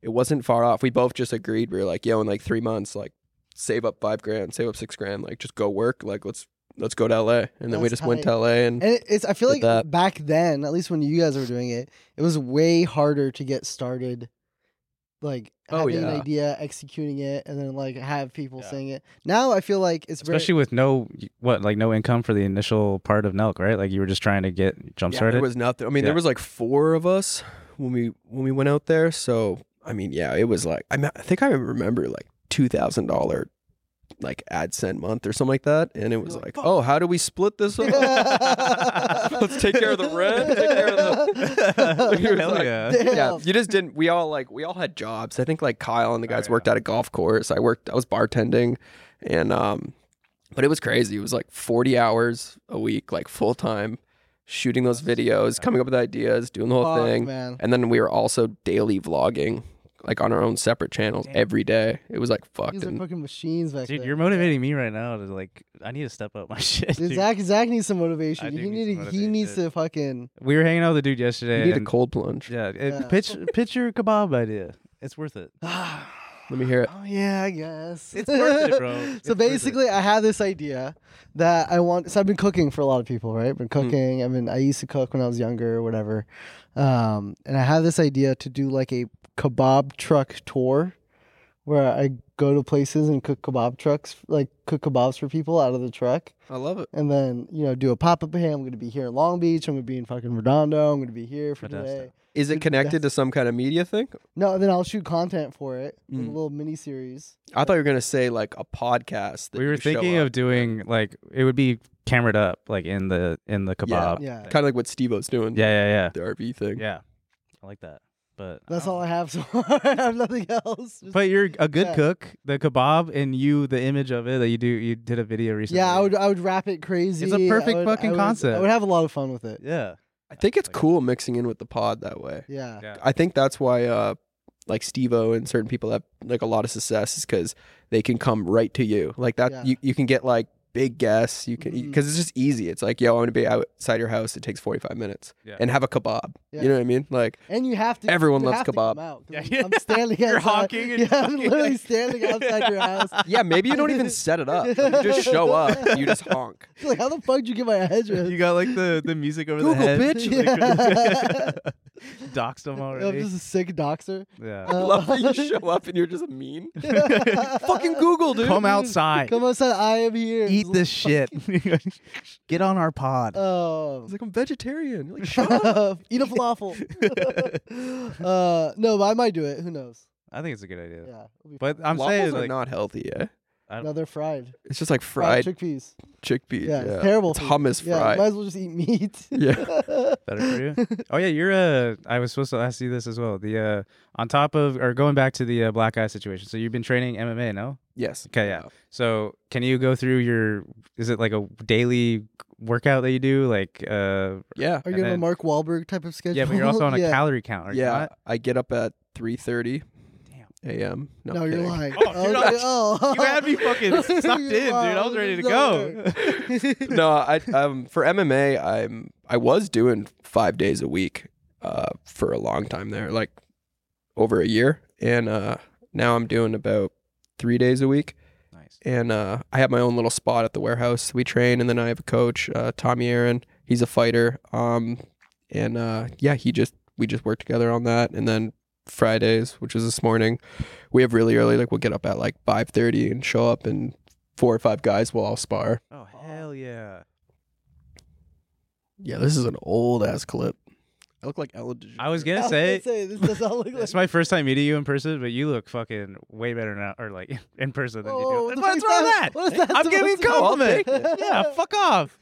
S2: it wasn't far off. We both just agreed. We were like, "Yo, in like three months, like, save up five grand, save up six grand, like, just go work. Like, let's let's go to LA." And then we
S3: That's
S2: just went to LA, and
S3: And it- it's I feel
S2: Did
S3: like
S2: that.
S3: back then, at least when you guys were doing it, it was way harder to get started. Like
S2: Oh,
S3: having an
S2: yeah.
S3: idea, executing it, and then like have people
S1: Yeah.
S3: saying it. Now I feel like it's very,
S1: Especially with no what like no income for the initial part of Nelk, right? Like you were just trying to get jump
S2: yeah,
S1: started.
S2: there was nothing. I mean,
S1: Yeah.
S2: there was like four of us when we when we went out there. So I mean, yeah, it was like I, me- I think I remember like two thousand dollar like AdSense month or something like that, and it was
S3: like,
S2: like,
S3: "Fuck."
S2: oh, how do we split this? up? Let's take care of the rent, take care of
S3: the.
S2: He was
S1: Hell
S2: like,
S1: yeah.
S3: Damn.
S2: yeah, you just didn't. We all like we all had jobs. I think like Kyle and the guys
S1: yeah.
S2: worked at a golf course. I worked. I was bartending, and um, but it was crazy. It was like forty hours a week, like full time, shooting those videos, coming up with ideas, doing the whole
S3: Fuck,
S2: thing.
S3: man.
S2: And then we were also daily vlogging, like on our own separate channels
S1: Damn.
S2: every day. It was like fucked.
S3: These are
S2: and-
S3: fucking machines back
S1: Dude,
S3: then.
S1: you're motivating me right now to like I need to step up my shit.
S3: Dude,
S1: dude.
S3: Zach, Zach needs some
S1: I
S3: motivation.
S1: do
S3: He
S1: need
S3: need
S1: some
S3: he needs
S1: motivation.
S3: to fucking
S1: We were hanging out with a dude
S2: you
S1: yesterday.
S2: need a
S1: and-
S2: cold plunge.
S1: Yeah, it,
S3: Yeah.
S1: pitch pitch your kebab idea. It's worth it.
S2: Let me hear it.
S3: Oh yeah, I guess.
S1: It's worth it, bro. It's worth
S3: so
S1: it.
S3: basically I have this idea that I want so I've been cooking for a lot of people, right? Been
S1: Hmm.
S3: cooking. I mean I used to cook when I was younger or whatever. Um and I have this idea to do like a kebab truck tour where I go to places and cook kebab trucks like cook kebabs for people out of the truck.
S2: I love it.
S3: and then you know do a pop up. Hey, I'm gonna be here in Long Beach. I'm gonna be in fucking Redondo. I'm gonna be here for
S1: Modesto.
S3: today.
S2: Is it
S3: Dude,
S2: connected to some kind of media thing?
S3: No, then I'll shoot content for it, with a
S2: Mm.
S3: little mini series.
S2: I thought you were gonna say like a podcast. That
S1: we were thinking of doing like it would be camered up like in the in the kebab.
S3: Yeah.
S1: thing.
S2: kind of like what Steve-O's doing.
S1: Yeah, yeah,
S2: the RV
S1: yeah.
S2: thing.
S1: Yeah. I like that. But
S3: That's
S1: don't
S3: all
S1: know.
S3: I have so far. I have nothing else. Just-
S1: But you're a good
S3: Yeah.
S1: cook. The kebab and you, the image of it that you do, you did a video recently.
S3: yeah, I would uh, I would wrap it crazy. I
S1: perfect
S3: would-
S1: fucking
S3: I would- I
S1: concept.
S3: would have a lot of fun with it.
S1: Yeah,
S2: I think it's cool mixing in with the pod that way.
S3: Yeah.
S1: yeah.
S2: I think that's why uh like Steve-O and certain people have like a lot of success is because they can come right to you. Like that
S3: Yeah.
S2: you, you can get like big guess. You can
S3: Mhm.
S2: because it's just easy. It's like, yo, I'm gonna be outside your house. It takes 45 minutes
S1: Yeah.
S2: and have a kebab.
S3: Yeah.
S2: You know what I mean? Like,
S3: And you have to.
S2: Everyone
S3: you
S2: loves
S3: have to come
S2: kebab.
S3: out, 'cause
S1: Yeah,
S3: I'm-
S1: yeah.
S3: I'm standing
S1: You're
S3: outside.
S1: honking and
S3: yeah, I'm
S1: fucking-
S3: literally standing outside your house.
S2: yeah, maybe you don't even set it up. Like, you just show up. You just honk.
S3: Like, how the fuck did you get my address?
S1: You got like the, the music over
S2: Google,
S1: the head.
S3: bitch.
S1: Like, Doxed them
S3: I'm
S1: already.
S3: just a sick doxer.
S1: yeah.
S2: I
S3: Uh,
S2: love that you show up and you're just mean. Fucking Google, dude.
S1: Come outside.
S3: Come outside. I am here.
S1: Eat this shit. Get on our pod.
S3: Oh.
S2: He's like, I'm vegetarian. You're like, shut up.
S3: Eat a falafel. uh, no, but I might do it. Who knows?
S1: I think it's a good idea.
S3: Yeah. it'll be
S1: But I'm
S2: Waffles
S1: saying
S2: are
S1: like
S2: not healthy. Yeah,
S1: I
S3: fine. no, they're fried.
S2: it's just like fried
S3: chickpeas.
S2: chickpeas.
S3: Yeah,
S2: Yeah,
S3: it's terrible
S2: It's
S3: for you.
S2: hummus
S3: Yeah,
S2: fried.
S3: might as well just eat meat.
S2: Yeah.
S1: better for you. oh yeah, you're uh I was supposed to ask you this as well. The uh on top of or going back to the uh, black eye situation. So you've been training MMA, no?
S2: Yes.
S1: Okay, yeah. So can you go through your is it like a daily workout that you do like uh
S2: Yeah.
S3: Are
S1: And
S3: you on a
S1: then-
S3: Mark Wahlberg type of schedule?
S1: yeah, but you're also on a
S3: Yeah.
S1: calorie count, are you
S2: yeah.
S1: not?
S2: I get up at 3:30
S1: Damn.
S2: a.m. No,
S3: No,
S2: I'm
S3: you're
S2: kidding.
S3: lying.
S1: Oh, dude, I-
S3: oh.
S1: You had me fucking sucked in, dude. I was ready to go.
S2: no, I um for MMA, I'm I was doing five days a week, uh, for a long time there, like over a year, and uh, now I'm doing about three days a week,
S1: nice.
S2: and uh, I have my own little spot at the warehouse. We train, and then I have a coach, uh, Tommy Aaron. He's a fighter, um, and uh, yeah, he just we just work together on that, and then Fridays, which is this morning, we have really early. Like we'll get up at like five thirty and show up, and four or five guys will all spar.
S1: Oh hell yeah.
S2: Yeah, this is an old ass clip. I look like Ellen
S1: I was
S3: I
S1: gonna
S3: was
S1: say
S3: gonna say this does not look like.
S1: it's my first time meeting you in person, but you look fucking way better now, or like in person than
S3: Whoa,
S1: you
S3: what
S1: do.
S3: Oh, the
S1: What's
S3: fuck
S1: wrong
S3: is
S1: with that?
S3: What is that
S1: I'm giving you a
S3: supposed to
S1: compliment.
S3: mean?
S1: yeah, fuck off.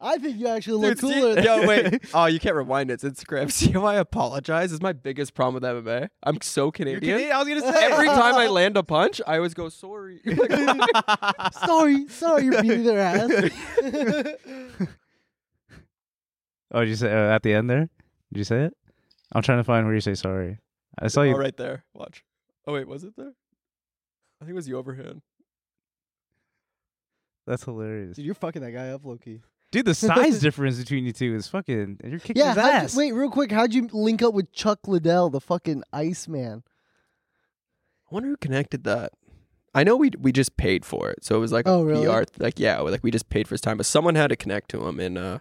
S3: I think you actually look cooler. than-
S2: Yo, wait. Oh, you can't rewind it. It's in script. See how I apologize? It's my biggest problem with MMA. I'm so
S1: You're
S2: Canadian.
S1: Canadian, I was gonna say
S2: Every time I land a punch, I always go sorry. Like,
S3: sorry, sorry, you're beating their ass.
S1: Oh, did you say uh, at the end there? Did you say it? I'm trying to find where you say sorry. I saw you.
S2: Oh, right there. Watch. Oh wait, was it there? I think it was the overhand.
S1: That's hilarious,
S3: Dude, you're fucking that guy up, Loki.
S1: dude. The size difference between you two is fucking. You're kicking
S3: Yeah,
S1: his
S3: how'd you-
S1: ass.
S3: wait, real quick, how'd you link up with Chuck Liddell, the fucking Iceman?
S2: I wonder who connected that. I know we we just paid for it, so it was like
S3: Oh,
S2: a
S3: really?
S2: PR. Like yeah, like we just paid for his time, but someone had to connect to him, and uh,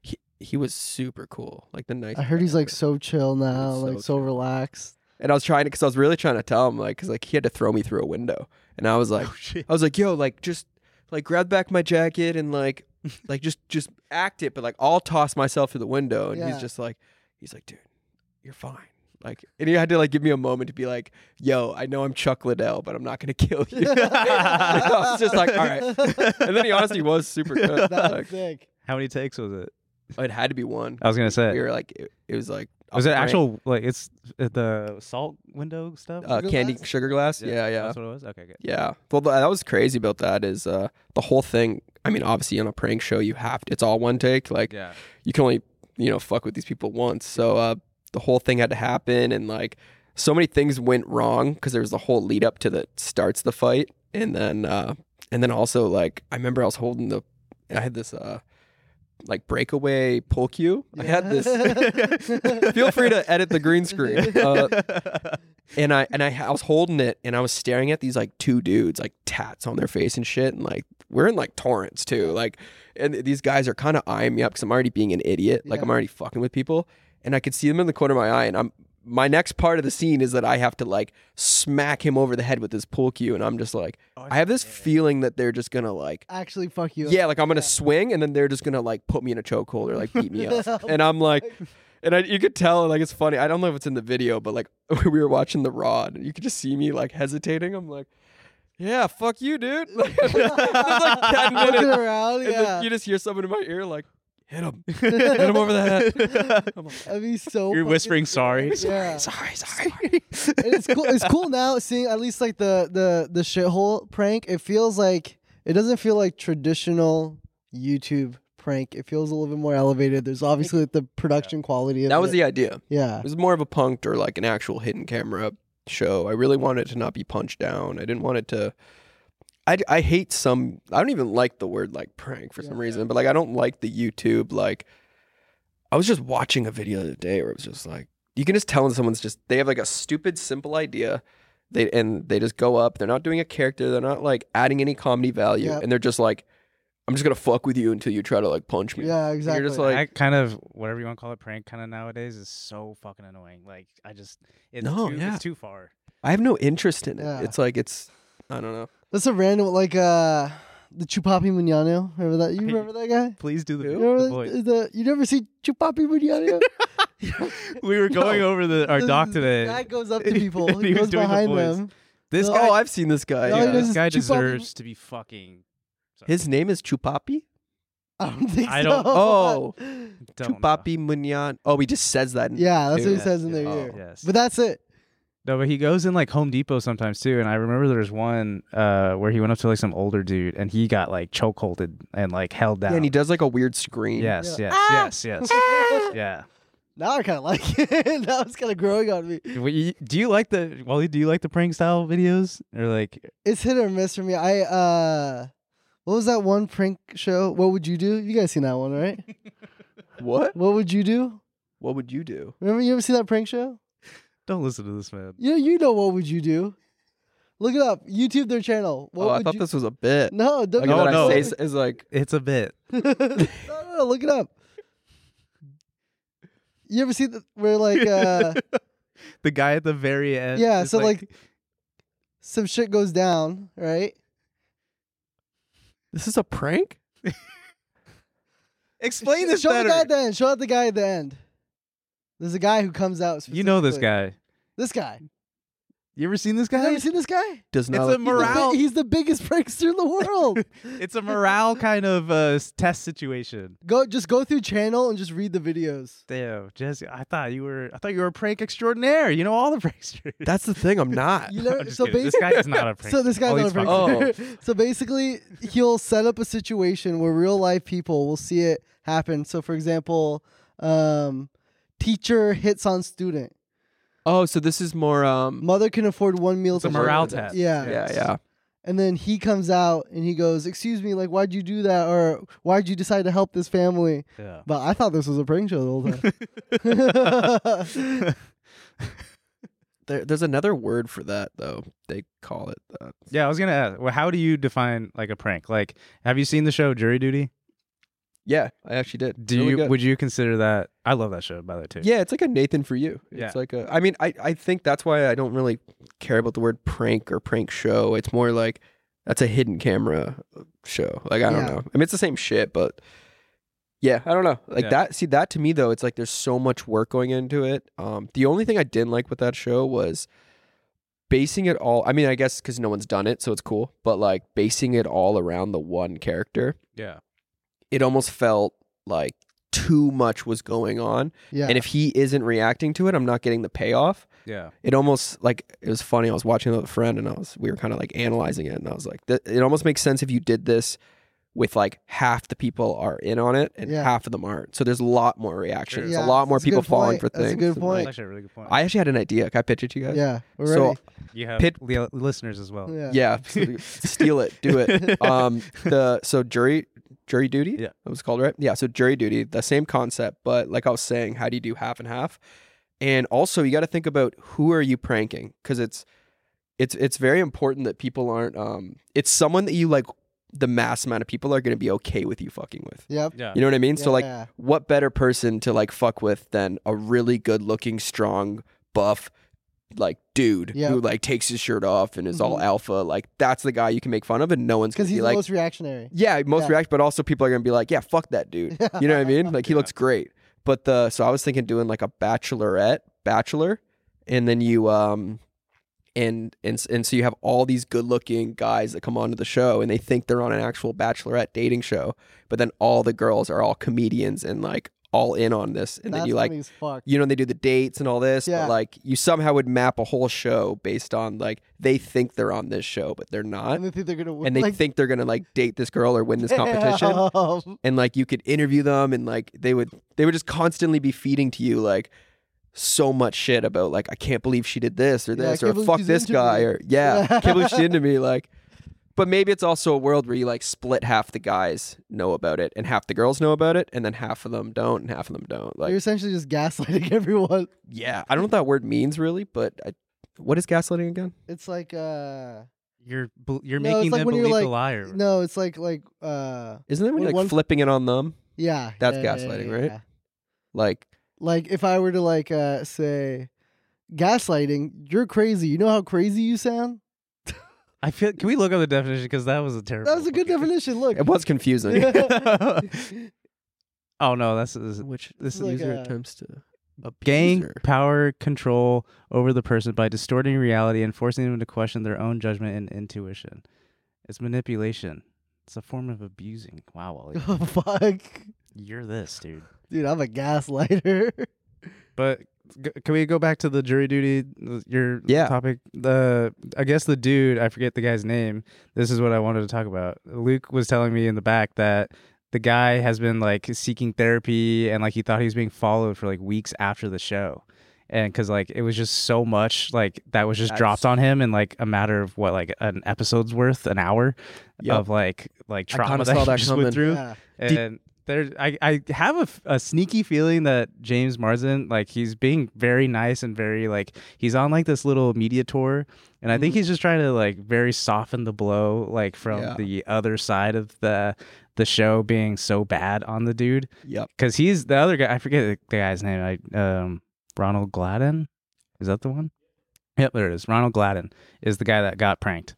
S2: he he was super cool, like the nice.
S3: I heard he's like so chill now,
S2: so
S3: like so
S2: chill.
S3: relaxed.
S2: and I was trying to, cause I was really trying to tell him, like, cause like he had to throw me through a window, and I was like,
S1: Oh, shit.
S2: I was like, yo, like just like grab back my jacket and like, like just just act it, but like I'll toss myself through the window, and
S3: Yeah.
S2: he's just like, he's like, dude, you're fine. Like, and he had to like give me a moment to be like, yo, I know I'm Chuck Liddell, but I'm not gonna kill you. I was just like, all right. And then he honestly was super good.
S3: That's
S2: Like,
S3: sick.
S1: How many takes was it?
S2: it had to be one.
S1: I was gonna
S2: We
S1: say.
S2: were like, it, it was like,
S1: Was it
S2: Frank,
S1: actual like it's uh, the salt window stuff?
S2: uh,
S3: sugar
S2: candy
S3: glass?
S2: sugar glass? yeah. yeah.
S1: That's what it was. Okay, good.
S2: Yeah. Well, th- that was crazy about that is uh, the whole thing. I mean, obviously on a prank show, you have to, it's all one take. Like
S1: Yeah.
S2: you can only, you know, fuck with these people once. So uh, the whole thing had to happen. And like so many things went wrong because there was the whole lead up to the starts the fight. And then, uh, and then also like, I remember I was holding the, I had this, uh, like breakaway pull cue. I had this. Feel free to edit the green screen. Uh, and I and I, I was holding it and I was staring at these like two dudes like tats on their face and shit and like we're in like torrents too like and these guys are kind of eyeing me up because I'm already being an idiot like I'm
S3: Yeah.
S2: already fucking with people and I could see them in the corner of my eye and I'm my next part of the scene is that I have to like smack him over the head with this pool cue and I'm just like I have this feeling that they're just gonna like
S3: Actually, fuck you.
S2: yeah like I'm gonna swing and then they're just gonna like put me in a chokehold or like beat me up and I'm like, and I, you could tell, like, it's funny. I don't know if it's in the video, but like, we were watching The Rod, and you could just see me like hesitating. I'm like, yeah, fuck you, dude. Like, there's like 10 minutes.
S3: Looking around,
S2: and then
S3: yeah.
S2: you just hear someone in my ear, like, hit him, hit him over the head. I'm like,
S3: That'd be so.
S1: You're
S3: fucking
S1: whispering
S3: sick.
S1: sorry.
S3: Yeah.
S2: sorry, sorry.
S3: And it's cool. It's cool now seeing at least like the the the shithole prank. It feels like it doesn't feel like traditional YouTube prank. It feels a little bit more elevated. There's obviously like, the production quality. Of
S2: that was
S3: it.
S2: the idea.
S3: yeah.
S2: It was more of a punked or like an actual hidden camera show. I really wanted it to not be punched down. I didn't want it to. I, I hate some. I don't even like the word like prank for some
S3: Yeah.
S2: reason, but like I don't like the YouTube like. I was just watching a video the other day where it was just like you can just tell when someone's just they have like a stupid simple idea, they and they just go up. They're not doing a character. They're not like adding any comedy value,
S3: Yep.
S2: and they're just like, I'm just gonna fuck with you until you try to like punch me.
S3: Yeah, exactly.
S2: You're just like
S1: that kind of whatever you want to call it prank kind of nowadays is so fucking annoying. Like I just it's
S2: No,
S1: too,
S2: yeah.
S1: it's too far.
S2: I have no interest in it.
S3: Yeah.
S2: It's like it's I don't know.
S3: That's a random like uh the Chupapi Munano. Remember that? You
S1: I-
S3: remember that guy?
S1: Please do the,
S3: You,
S1: the
S3: remember
S1: voice.
S3: that- the, you never see Chupapi Munano?
S1: we were going over the our
S3: This-
S1: doc
S3: this
S1: today.
S3: Guy goes up to people.
S1: And
S3: he,
S1: he was
S3: goes
S1: doing the
S3: behind
S1: voice.
S3: them.
S1: This
S3: No,
S1: guy,
S2: oh, I've seen this guy.
S3: No, all he
S1: yeah,
S3: does
S1: this
S3: is
S1: guy
S3: chupapi-
S1: deserves to be fucking. Sorry,
S2: His name is Chupapi.
S3: I don't think
S1: I don't-
S3: so.
S2: Oh.
S1: don't know.
S2: Chupapi Munyan. Oh, he just says that. in-
S3: yeah, that's what he
S2: Yeah,
S3: says in their
S2: yeah.
S3: ear.
S1: Oh, Yes.
S3: But that's it.
S1: No, but he goes in like Home Depot sometimes too. And I remember there was one uh, where he went up to like some older dude and he got like chokeholded and like held down.
S2: Yeah, and he does like a weird scream.
S1: Yes,
S3: Yeah.
S1: yes, yes, yes, Yeah.
S3: Now I kind of like it. now it's kind of growing on me.
S1: Well, you- Do you like the Wally? Do you like the prank style videos or like?
S3: It's hit or miss for me. I uh, what was that one prank show? What would you do? You guys seen that one, right?
S2: What?
S3: what would you do?
S2: What would you do?
S3: Remember you ever see that prank show?
S1: Don't listen to this man.
S3: Yeah, you know what would you do? Look it up. YouTube their channel. What
S2: oh,
S3: would
S2: I thought
S3: you...
S2: this was a bit.
S3: No, don't
S2: Like,
S1: No,
S2: that
S1: no.
S2: I say s- is like
S1: It's a bit.
S3: no, no, no, look it up. You ever see the where like uh
S1: the guy at the very end.
S3: Yeah,
S1: is
S3: so, like- some shit goes down, right?
S2: this is a prank.
S1: explain this
S3: Show
S1: better.
S3: the guy at the end. Show out the guy at the end. There's a guy who comes out.
S1: you know this
S3: specifically.
S1: guy.
S3: This guy.
S1: You ever seen this
S3: You
S1: guy?
S3: ever seen this guy?
S2: Does
S1: It's
S2: not.
S1: a
S2: look-
S3: He's the
S1: morale.
S3: bi- He's the biggest prankster in the world.
S1: It's a morale kind of uh, s- test situation.
S3: go just go through channel and just read the videos.
S1: Damn, Jesse, I thought you were. I thought you were a prank extraordinaire. You know all the pranksters.
S2: That's the thing. I'm not.
S3: You
S1: I'm
S3: never,
S1: just
S3: so
S1: kidding.
S3: basically,
S1: this guy is not a prankster. Oh,
S3: So this guy's
S1: All
S3: not
S1: these
S3: a
S1: fucking-
S3: prankster. so basically, he'll set up a situation where real life people will see it happen. So for example, um, teacher hits on student.
S2: Oh, so this is more. Um.
S3: Mother can afford one meal.
S1: It's a
S3: to
S1: morale
S3: work.
S1: test.
S3: Yeah.
S2: Yeah,
S1: Yes.
S2: yeah.
S3: And then he comes out and he goes, "Excuse me, like why'd you do that? Or why'd you decide to help this family?"
S1: Yeah.
S3: But I thought this was a prank show the whole time.
S2: There, there's another word for that though. They call it uh, that.
S1: Yeah, I was gonna ask. Well, how do you define like a prank? Like, have you seen the show Jury Duty?
S2: Yeah, I actually did.
S1: Do
S2: Really
S1: you
S2: good.
S1: would you consider that? I love that show by the way too.
S2: Yeah, it's like a Nathan for you. It's
S1: Yeah.
S2: like a I mean, I, I think that's why I don't really care about the word prank or prank show. It's more like that's a hidden camera show. Like I don't
S3: Yeah.
S2: know. I mean it's the same shit, but yeah, I don't know. Like
S1: Yeah.
S2: that see that to me though, it's like there's so much work going into it. Um the only thing I didn't like with that show was basing it all I mean, I guess cuz no one's done it, so it's cool, but like basing it all around the one character,
S1: yeah.
S2: it almost felt like too much was going on
S3: yeah.
S2: and if he isn't reacting to it, I'm not getting the payoff.
S1: Yeah.
S2: It almost like it was funny. I was watching it with a friend, and I was we were kind of like analyzing it, and I was like, "Th- it almost makes sense if you did this with like half the people are in on it and
S3: Yeah.
S2: half of them aren't. So there's a lot more reaction. It's
S3: Yeah,
S2: a lot more
S3: that's a
S2: people
S3: good
S2: falling
S3: point.
S2: for
S3: That's a
S2: things.
S3: good
S2: and,
S1: That's
S3: point.
S2: like,
S1: actually a really good point.
S2: I actually had an idea. Can I pitch it to you guys?
S3: yeah. We're
S2: So
S3: ready.
S1: you have
S2: Pit-
S1: li- listeners as well.
S3: yeah.
S2: yeah, absolutely. steal it, do it. Um, the so jury jury duty.
S1: Yeah.
S2: that was called right. Yeah, so jury duty, the same concept, but like I was saying, how do you do half and half? And also, you got to think about who are you pranking because it's it's it's very important that people aren't. Um, it's someone that you like. The mass amount of people are going to be okay with you fucking with.
S3: Yep.
S1: Yeah.
S2: You know what I mean? So like,
S3: Yeah.
S2: what better person to like fuck with than a really good looking, strong, buff, like dude
S3: Yeah.
S2: who like takes his shirt off and is all
S3: Mhm.
S2: alpha? Like that's the guy you can make fun of, and no one's gonna
S3: Because
S2: be
S3: he's
S2: like,
S3: the most reactionary.
S2: yeah, most
S3: yeah.
S2: react, but also people are gonna be like, yeah, fuck that dude. You know what I mean? Like he looks great. But the so I was thinking doing like a bachelorette, bachelor, and then you um. And, and s- and so you have all these good-looking guys that come onto the show, and they think they're on an actual bachelorette dating show, but then all the girls are all comedians and like all in on this, and then
S3: That's
S2: you like
S3: funny as fuck.
S2: you know they do the dates and all this
S3: Yeah.
S2: but like you somehow would map a whole show based on like they think they're on this show but they're not
S3: and they think they're gonna win.
S2: and they
S3: like,
S2: think they're gonna like date this girl or win this competition
S3: damn.
S2: and like you could interview them and like they would they would just constantly be feeding to you like so much shit about like i can't believe she did this or
S3: Yeah, I
S2: this
S3: can't
S2: or
S3: believe
S2: fuck
S3: she's
S2: this
S3: into
S2: guy
S3: me.
S2: or yeah
S3: Yeah.
S2: can't believe she's into me like But maybe it's also a world where you like split half the guys know about it and half the girls know about it, and then half of them don't and half of them don't. Like,
S3: You're essentially just gaslighting everyone.
S2: yeah, I don't know what that word means really, but I, what is gaslighting again?
S3: It's like uh
S1: You're bel- you're
S3: No,
S1: making
S3: it's like
S1: them
S3: when you're
S1: believe the
S3: like-
S1: liar.
S3: no, it's like like uh
S2: Isn't it when you're like
S3: One-
S2: flipping it on them?
S3: yeah.
S2: That's
S3: yeah, yeah, yeah,
S2: gaslighting,
S3: yeah,
S2: right?
S3: yeah.
S2: Like,
S3: Like if I were to like uh say gaslighting, you're crazy. You know how crazy you sound?
S1: I feel. Can we look up the definition? Because that was a terrible.
S3: That was a good
S1: fucking-
S3: definition. Look.
S2: it was confusing.
S1: oh no, that's this,
S2: Which
S3: This is like
S2: user
S3: a-
S2: attempts to
S1: gang
S2: abuse her.
S1: power control over the person by distorting reality and forcing them to question their own judgment and intuition. It's manipulation. It's a form of abusing. Wow, Wally,
S3: oh, fuck.
S1: you're this dude.
S3: Dude, I'm a gaslighter.
S1: But g- can we go back to the jury duty? th- Your
S2: Yeah.
S1: topic. The I guess the dude I forget the guy's name. This is what I wanted to talk about. Luke was telling me in the back that the guy has been like seeking therapy and like he thought he was being followed for like weeks after the show. And because like it was just so much like that was just dropped on
S2: That's-
S1: him in like a matter of what like an episode's worth, an hour
S2: Yup.
S1: of like like
S2: I kinda
S1: trauma that
S2: saw
S1: he
S2: that
S1: just
S2: coming.
S1: went through
S3: Yeah.
S2: Do-
S1: and there I, I have a, f- a sneaky feeling that James Marsden like he's being very nice and very like he's on like this little media tour and I think he's just trying to like very soften the blow like from
S2: Mm-hmm. Yeah.
S1: the other side of the the show being so bad on the dude
S2: Yep.
S1: cuz he's the other guy I forget the, the guy's name I um Ronald Gladden is that the one Yep, there it is. Ronald Gladden is the guy that got pranked.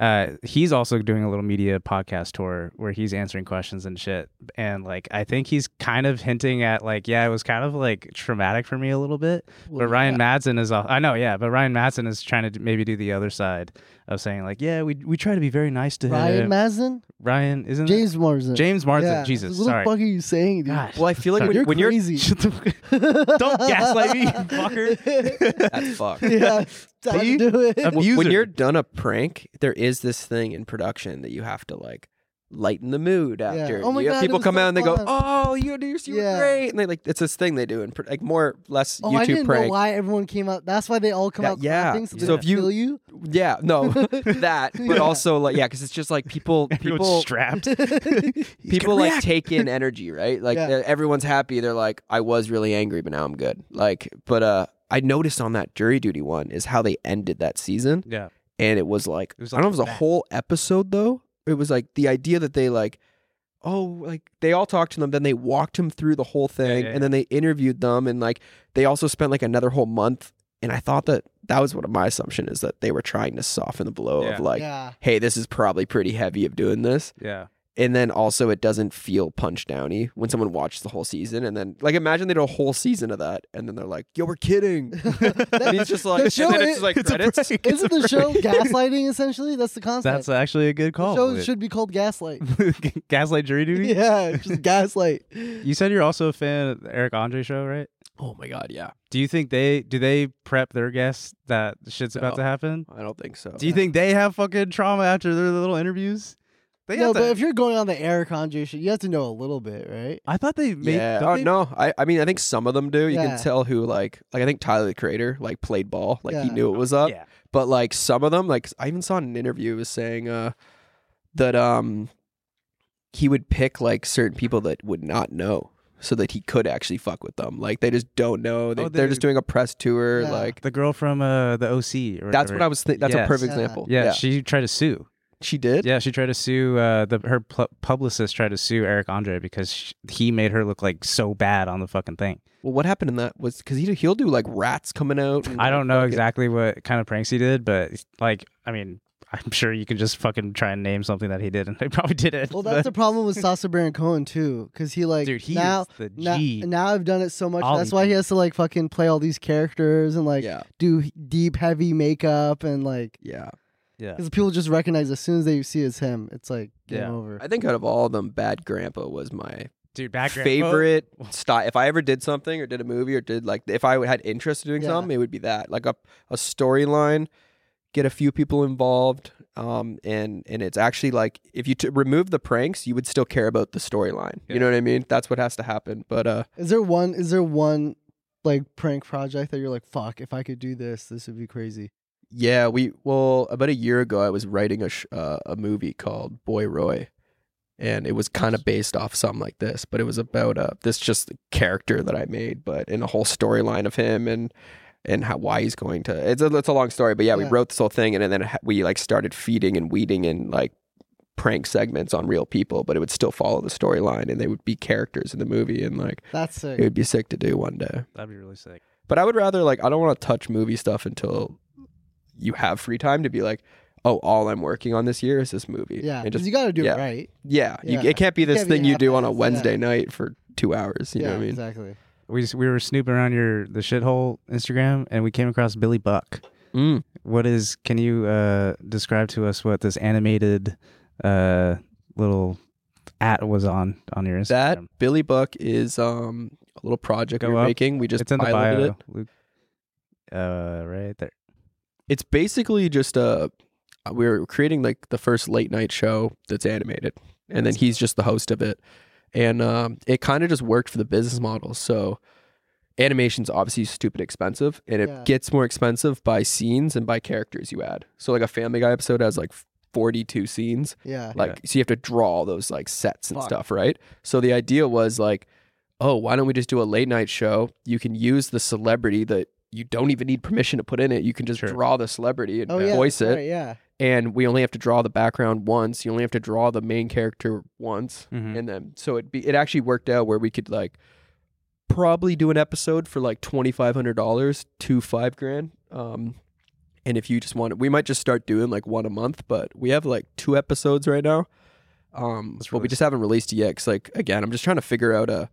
S1: Uh, he's also doing a little media podcast tour where he's answering questions and shit. And like, I think he's kind of hinting at like, yeah, it was kind of like traumatic for me a little bit.
S2: Well,
S1: but Ryan Madsen is, all, I know, yeah, but Ryan Madsen is trying to d- maybe do the other side of saying like, yeah, we we try to be very nice to
S3: Ryan
S1: him.
S3: Mazen?
S1: Ryan isn't it-
S3: James Marsden.
S1: James Marsden.
S3: Yeah.
S1: Jesus,
S3: What
S1: sorry.
S3: the fuck are you saying, dude?
S1: God.
S2: Well, I feel like
S1: Sorry.
S2: when,
S3: You're
S2: when you're
S3: crazy.
S1: Shut the fuck-
S3: Don't
S1: gaslight me, you fucker.
S2: that's fucked.
S3: yeah, time
S1: See?
S3: to do it.
S1: Um,
S2: Wh-
S1: Abuser.
S2: When you're done a prank, there is this thing in production that you have to like lighten the mood after.
S3: Oh my
S2: You-
S3: God, it
S2: people
S3: was
S2: come
S3: so
S2: out and they go,
S3: fun.
S2: "Oh, you you, you
S3: Yeah.
S2: were great," and they like it's this thing they do in pr- like more less
S3: oh,
S2: YouTube
S3: I didn't
S2: prank.
S3: know why everyone came out. That's why they all come
S2: Yeah,
S3: out
S2: yeah.
S3: clapping. So, they
S1: So
S3: don't
S2: if you-
S3: kill you,
S2: Yeah, no, that, but
S3: Yeah.
S2: also like yeah, because it's just like people
S1: Everyone's
S2: people
S1: strapped.
S2: people like take in energy, right? Like
S3: Yeah.
S2: they're- everyone's happy. They're like, I was really angry, but now I'm good. Like, but uh, I noticed on that jury duty one is how they ended that season.
S1: yeah.
S2: and it was like,
S1: It was
S2: I don't know
S1: like
S2: if it was a
S1: that.
S2: whole episode though. It was like the idea that they like, oh, like they all talked to them, then they walked him through the whole thing,
S1: yeah,
S2: and then they interviewed them, and like they also spent like another whole month. And I thought that that was one of my assumption is that they were trying to soften the blow
S1: Yeah.
S2: of like,
S3: yeah,
S2: hey, this is probably pretty heavy of doing this.
S1: Yeah.
S2: And then also it doesn't feel punch downy when someone watches the whole season. And then like imagine they do a whole season of that, and then they're like, yo, we're kidding. and he's just like,
S3: the
S2: and
S3: show
S2: then it's
S3: is-
S2: just like
S1: It's a
S2: credits.
S1: prank.
S3: isn't the show gaslighting essentially? That's the concept.
S1: That's actually a good
S3: the
S1: call.
S3: show
S1: Luke.
S3: should be called gaslight.
S1: Gaslight jury duty.
S3: yeah, just gaslight.
S1: You said you're also a fan of the Eric Andre show, right?
S2: Oh my god, yeah.
S1: Do you think they do they prep their guests that shit's about to happen?
S2: I don't think so.
S1: Do you think they have fucking trauma after their little interviews? They
S3: no,
S1: have
S3: but
S1: to-
S3: if you're going on the Eric Andre shit, you have to know a little bit, right?
S1: I thought they made.
S2: yeah.
S1: don't
S2: Oh,
S1: they-
S2: no, I, I mean, I think some of them do. You
S3: Yeah.
S2: can tell who like like I think Tyler the Creator like played ball, like he
S3: Yeah.
S2: knew it was up.
S1: Yeah.
S2: But like some of them, like I even saw in an interview was saying uh that um he would pick like certain people that would not know so that he could actually fuck with them. Like they just don't know. They,
S1: Oh,
S2: they, are just
S1: they-
S2: doing a press tour.
S3: Yeah.
S2: Like
S1: The girl from uh, the OC. Or
S2: that's
S1: whatever.
S2: what I was. Th- that's a
S1: Yes.
S2: perfect
S3: Yeah.
S2: example.
S1: Yeah, she tried to sue.
S2: she did.
S1: Yeah, she tried to sue. Uh, the her pl- publicist tried to sue Eric Andre because sh he made her look like so bad on the fucking thing.
S2: Well, what happened in that was because he he'll do like rats coming out.
S3: Mm,
S2: and,
S1: I
S2: like,
S1: don't know
S2: fucking-
S1: exactly what kind of pranks he did, but like, I mean, I'm sure you can just fucking try and name something that he did, and he probably did it.
S3: Well, that's the
S1: but-
S3: problem with Sasha Baron Cohen too, because he like
S1: dude. He
S3: now.
S1: is the
S3: Now,
S1: G.
S3: now I've done it so much.
S1: Ollie
S3: that's why he
S1: G.
S3: has to like fucking play all these characters and like
S2: Yeah.
S3: do h- deep, heavy makeup and like
S2: Yeah.
S1: yeah,
S3: because people just recognize as soon as they see it's him. It's like game
S1: Yeah.
S3: over.
S2: I think out of all of them, Bad Grandpa was my
S1: dude. Background
S2: favorite style. If I ever did something or did a movie or did like if I had interest in doing
S3: Yeah.
S2: something, it would be that like a a storyline, get a few people involved, um, and and it's actually like if you t- remove the pranks, you would still care about the storyline. You
S1: Yeah.
S2: know what I mean? That's what has to happen. But uh,
S3: Is there one? Is there one like prank project that you're like, fuck? If I could do this, this would be crazy.
S2: Yeah, we well about a year ago I was writing a sh- uh, a movie called Boy Roy, and it was kind of based off something like this, but it was about uh this just character that I made, but in a whole storyline of him and and how why he's going to. It's a it's a long story, but yeah, we
S3: Yeah.
S2: wrote this whole thing, and, then ha- we like started feeding and weeding and like prank segments on real people, but it would still follow the storyline, and they would be characters in the movie, and like
S3: That's
S2: it
S3: sick.
S2: would be sick to do one day.
S1: oh, That'd be really sick.
S2: But I would rather like I don't want to touch movie stuff until you have free time to be like, oh, all I'm working on this year is this movie.
S3: Yeah,
S2: and
S3: 'cause
S2: just
S3: you got to do
S2: yeah.
S3: it right.
S2: yeah, You,
S3: yeah.
S2: it can't be this
S3: can't be
S2: thing you do on a
S3: half-assed, yeah.
S2: Wednesday night for two hours. You
S3: yeah,
S2: know what I mean?
S3: exactly.
S1: We just, we were snooping around your the shithole Instagram and we came across Billy Buck.
S2: Mm.
S1: What is? Can you uh, describe to us what this animated uh, little at was on on your Instagram?
S2: That Billy Buck is um a little project
S1: Go
S2: we're
S1: up.
S2: making. We just
S1: it's in the
S2: piloted
S1: bio.
S2: it.
S1: Luke. Uh, right there.
S2: It's basically just a we're creating like the first late night show that's animated, and then he's just the host of it. And um, it kind of just worked for the business model. So animation's obviously stupid expensive, and it
S3: Yeah.
S2: gets more expensive by scenes and by characters you add. So like a Family Guy episode has like forty-two scenes,
S3: Yeah.
S2: like so you have to draw all those like sets and
S3: Fuck.
S2: stuff, right? So the idea was like, oh, why don't we just do a late night show? You can use the celebrity that you don't even need permission to put in it. You can just
S1: Sure.
S2: draw the celebrity and
S3: Oh yeah.
S2: voice
S3: that's
S2: it,
S3: right, yeah.
S2: and we only have to draw the background once. You only have to draw the main character once,
S1: Mhm.
S2: and then so it be it actually worked out where we could like probably do an episode for like twenty five hundred dollars to five grand. Um, and if you just want, we might just start doing like one a month, but we have like two episodes right now. Um,
S1: That's
S2: but we
S1: really
S2: just haven't released it yet. Cause like again, I'm just trying to figure out a.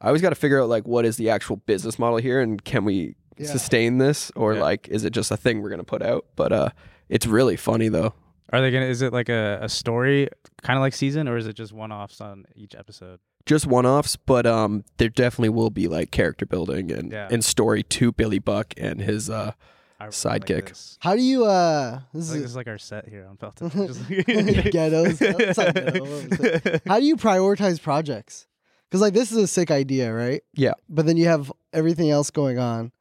S2: I always got to figure out like what is the actual business model here, and can we
S3: Yeah.
S2: sustain this, or
S1: Yeah.
S2: like is it just a thing we're gonna put out? But uh, it's really funny though.
S1: Are they gonna? Is it like a, a story, kind of like season, or is it just one offs on each episode?
S2: just one-offs, but um, there definitely will be like character building and,
S1: Yeah.
S2: and story to Billy Buck and his uh,
S1: I really
S2: Sidekick.
S1: Like this.
S3: How do you uh this
S1: I think this
S3: is
S1: is like our set here on Felton.
S3: Ghettos. That's not ghetto, what was how do you prioritize projects? Cuz like this is a sick idea, right?
S2: Yeah.
S3: But then you have everything else going on.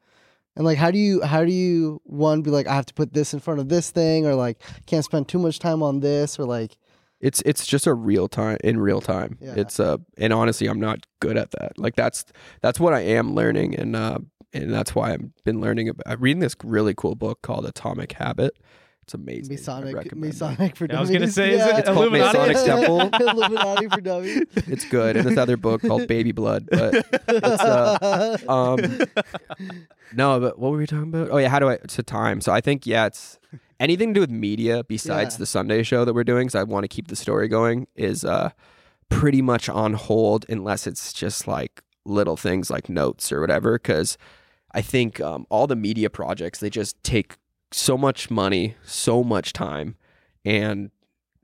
S3: And like how do you how do you one be like I have to put this in front of this thing or like can't spend too much time on this or like
S2: it's it's just a real time in real time.
S3: Yeah.
S2: It's uh, and honestly, I'm not good at that. Like that's that's what I am learning, and uh, and that's why I've been learning about I'm reading this really cool book called Atomic Habit. It's amazing. I
S3: Masonic
S2: recommend it.
S3: Masonic for
S1: Yeah, I was
S3: dummies?
S1: gonna say, is it
S2: It's called
S1: Illuminati?
S2: Masonic Temple.
S3: Illuminati for dummies.
S2: It's good. And this other book called Baby Blood, but it's uh, um no but what were we talking about oh yeah how do i it's a time so i think yeah it's anything to do with media besides
S3: Yeah.
S2: the sunday show that we're doing because i want to keep the story going is uh pretty much on hold unless it's just like little things like notes or whatever because i think um, all the media projects they just take so much money so much time and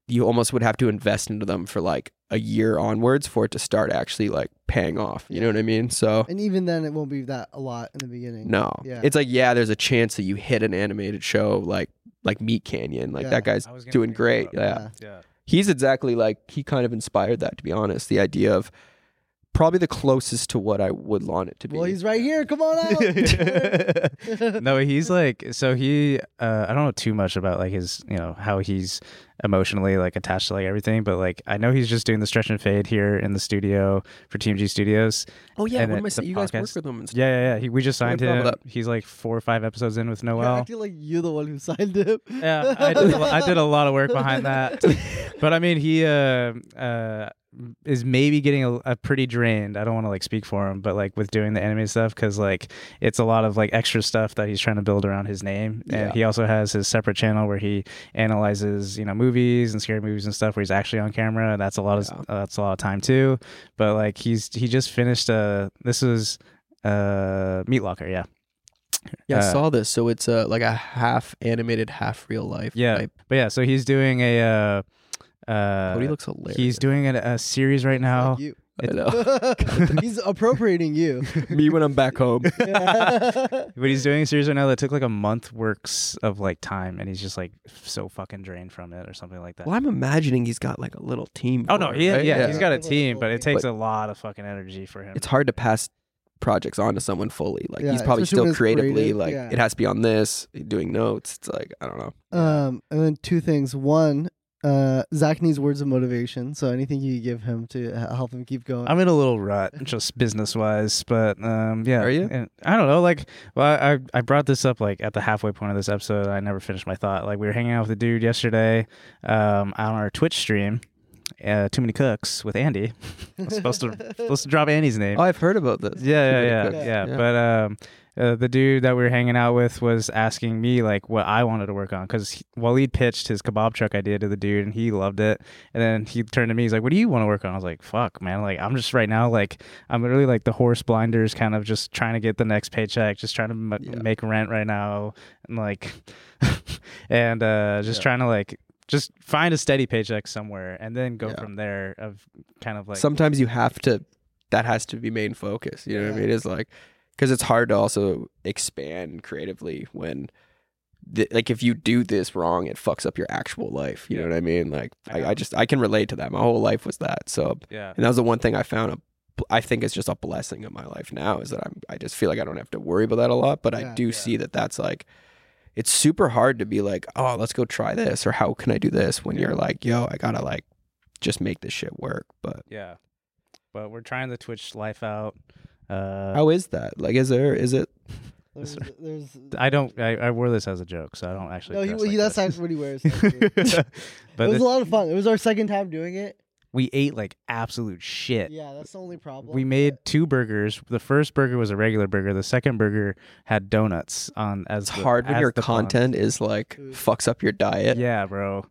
S2: you almost would have to invest into them for like a year onwards for it to start actually like paying off you know what i mean so
S3: and even then, it won't be that a lot in the beginning.
S2: no.
S3: Yeah.
S2: It's like, yeah, there's a chance that you hit an animated show like like Meat Canyon. Like
S3: Yeah.
S2: that guy's
S1: I was gonna
S2: doing
S1: bring that
S2: great.
S1: up.
S2: Yeah.
S1: Yeah.
S2: He's exactly like he kind of inspired that to be honest. The idea of probably the closest to what I would want it to be.
S3: Well, he's right here. Come on out.
S1: no, he's like so he uh I don't know too much about like his you know how he's emotionally like attached to like everything, but like I know he's just doing the stretch and fade here in the studio for Team G Studios.
S2: oh yeah,
S1: and
S2: what
S1: it-
S2: am I
S1: the
S2: saying? You guys
S1: podcast-
S2: work with him and stuff.
S1: Yeah, yeah, yeah. He, we just
S2: Yeah, I
S1: signed
S2: brought it
S1: him.
S2: up.
S1: He's like four or five episodes in with
S3: You're
S1: Noel.
S3: acting like you're the one who signed him.
S1: yeah, I did, a- I did a lot of work behind that. But I mean, he uh, uh, is maybe getting a, a pretty drained. I don't want to like speak for him, but like with doing the anime stuff, because like it's a lot of like extra stuff that he's trying to build around his name.
S2: Yeah.
S1: And he also has his separate channel where he analyzes, you know, movies and scary movies and stuff where he's actually on camera. And that's a lot of
S2: Yeah.
S1: uh, that's a lot of time too. But like he's he just finished. Uh, this was uh, Meat Locker. Yeah.
S2: Yeah, I
S1: Uh,
S2: saw this. So it's uh, like a half animated, half real life.
S1: Yeah.
S2: type.
S1: But yeah, so he's doing a. Uh, uh,
S2: Cody looks hilarious.
S1: He's doing a, a series right now.
S3: Like you.
S2: I know.
S3: He's appropriating you.
S2: Me when I'm back home.
S1: But he's doing a series right now that took like a month works of like time, and he's just like so fucking drained from it or something like that.
S2: Well, I'm imagining he's got like a little team.
S1: Oh no,
S2: for it,
S1: he,
S2: right?
S1: yeah,
S3: Yeah.
S1: he's got a
S3: People are
S1: team, but it
S3: bullying.
S1: takes a lot of fucking energy for him.
S2: It's hard to pass projects onto someone fully. Like
S3: Yeah,
S2: he's probably
S3: especially when
S2: still
S3: it's
S2: creatively
S3: creative,
S2: like
S3: yeah.
S2: it has to be on this doing notes. It's like I don't know.
S3: Um, and then two things. One, uh, Zach needs words of motivation, so anything you give him to h- help him keep going.
S1: I'm in a little rut, just business wise. But um, yeah,
S2: Are you?
S1: And I don't know. Like, well, I I brought this up like at the halfway point of this episode. I never finished my thought. Like, we were hanging out with a dude yesterday um, on our Twitch stream. Uh, Too many cooks with Andy. I was supposed to supposed to drop Andy's name.
S2: Oh, I've heard about this.
S1: Yeah, yeah,
S2: Too
S1: yeah,
S2: many
S1: yeah,
S2: cooks. Yeah.
S1: But um, uh, the dude that we were hanging out with was asking me like what I wanted to work on because Waleed pitched his kebab truck idea to the dude and he loved it. And then he turned to me, he's like, "What do you want to work on?" I was like, "Fuck, man! Like I'm just right now like I'm literally like the horse blinders, kind of just trying to get the next paycheck, just trying to m-
S2: Yeah.
S1: make rent right now, and like, and uh, just trying to like." Just find a steady paycheck somewhere, and then go
S2: Yeah.
S1: from there. Of kind of like
S2: Sometimes you have to. That has to be main focus. You know what I
S3: Yeah.
S2: mean? It's like because it's hard to also expand creatively when. The, like if you do this wrong, it fucks up your actual life. You know what I mean? Like I, I just I can relate to that. My whole life was that. So
S1: yeah,
S2: And that was the one thing I found. A, I think it's just a blessing in my life now is that I'm. I just feel like I don't have to worry about that a lot. But
S3: Yeah.
S2: I do see that that's like, it's super hard to be like, oh, let's go try this or how can I do this when you're like, yo, I gotta like, just make this shit work. But
S1: Yeah. But we're trying the Twitch life out. Uh,
S2: how is that? Like, is there? Is it?
S3: There's, there's
S1: I don't. I, I wore this as a joke, so I don't actually.
S3: no, he,
S1: dress
S3: he,
S1: like
S3: that's
S1: this.
S3: actually what he wears. actually. it
S1: but
S3: was
S1: this-
S3: a lot of fun. It was our second time doing it.
S1: we ate like absolute shit.
S3: Yeah, that's the only problem.
S1: We made two burgers. The first burger was a regular burger. The second burger had donuts on as
S2: It's
S1: the-
S2: hard when
S1: as
S2: your
S1: the bun.
S2: content is like
S3: Food.
S2: fucks up your diet.
S1: Yeah, bro.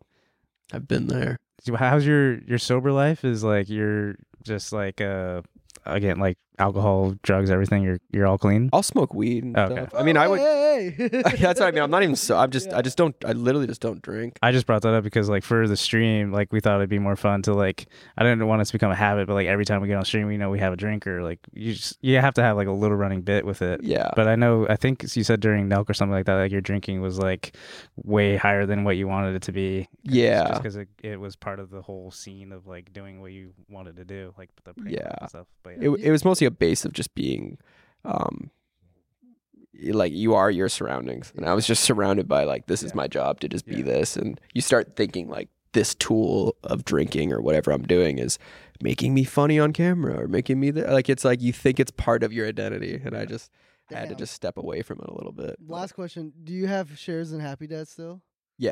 S2: I've been there.
S1: So How's your your sober life? Is like you're just like uh again like alcohol, drugs, everything. You're you're all clean.
S2: I'll smoke weed and
S1: Okay.
S2: stuff. I mean, I would.
S3: Oh, Hey, hey, hey.
S2: that's what I mean. I'm not even. So, I'm just.
S3: Yeah.
S2: I just don't. I literally just don't drink.
S1: I just brought that up because like for the stream, like we thought it'd be more fun to like I didn't want it to become a habit, but like every time we get on stream, we know we have a drink or like you just you have to have like a little running bit with it.
S2: Yeah.
S1: But I know I think you said during Nelk or something like that, like your drinking was like way higher than what you wanted it to be. It's
S2: Yeah.
S1: Just because it, it was part of the whole scene of like doing what you wanted to do, like the prank
S2: Yeah.
S1: and stuff. But yeah.
S2: it, it was mostly a base of just being um y- like you are your surroundings and i was just surrounded by like this is
S1: Yeah.
S2: my job to just be
S1: Yeah.
S2: this and you start thinking like this tool of drinking or whatever i'm doing is making me funny on camera or making me th- like it's like you think it's part of your identity and i just had to
S3: Damn.
S2: just step away from it a little bit
S3: Last question: Do you have shares in Happy Dad still?
S2: Yeah.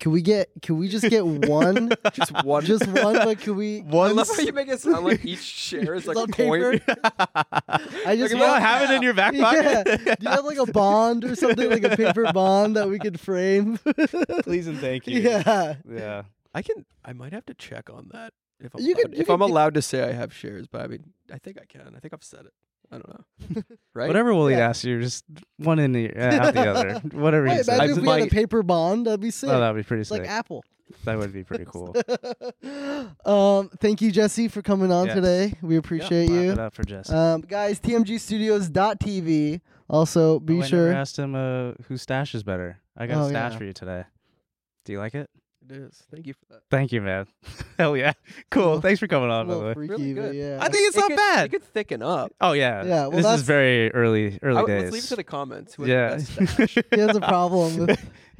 S3: Can we get? Can we just get one?
S2: just one
S3: just one, but can we?
S2: I love how you make it sound like each share
S3: It's
S2: is like a
S3: on
S2: coin.
S3: I just
S2: Look at
S3: want-
S2: that. have it in
S1: your back
S3: Yeah. Do you have like a bond or something, like a paper bond that we could frame?
S1: Please and thank you.
S3: yeah.
S1: Yeah.
S2: I can. I might have to check on that if I'm
S3: You
S2: allowed,
S3: could- you
S2: if
S3: could
S2: I'm
S3: get-
S2: allowed to say I have shares. But I mean, I think I can. I think I've said it. I don't know. right?
S1: Whatever Waleed
S3: Yeah.
S1: asks you, just one in the uh, out the other. Whatever
S3: Hey,
S1: he says.
S3: imagine if
S2: I
S3: we had a
S2: might-
S3: paper bond. That'd be sick.
S1: Oh, that'd be pretty
S3: it's like
S1: sick.
S3: Apple.
S1: that would be pretty cool.
S3: um, thank you, Jesse, for coming on
S1: Yes.
S3: today. We appreciate
S1: Clap
S3: you.
S1: it up for Jesse.
S3: Um, guys, tmgstudios.tv. Also,
S1: Oh,
S3: be
S1: I
S3: sure.
S1: Never asked him uh, whose stash is better. I got
S3: Oh,
S1: a stash
S3: yeah.
S1: for you today. Do you like it?
S2: It is. Thank you for that.
S1: Thank you, man. Hell yeah. Cool.
S3: little-
S1: Thanks for coming
S3: a
S1: on, by the
S3: little
S1: way.
S3: freaky,
S2: Really
S3: but
S2: good.
S3: yeah.
S1: I think it's
S2: It
S1: not
S2: could-
S1: bad.
S2: It could thicken up.
S1: Oh yeah.
S3: Yeah, well,
S1: this
S3: that's-
S1: is very early, early
S2: I would-
S1: days.
S2: let's leave it to the comments. who had the
S1: yeah.
S2: best stash.
S3: he has a problem. With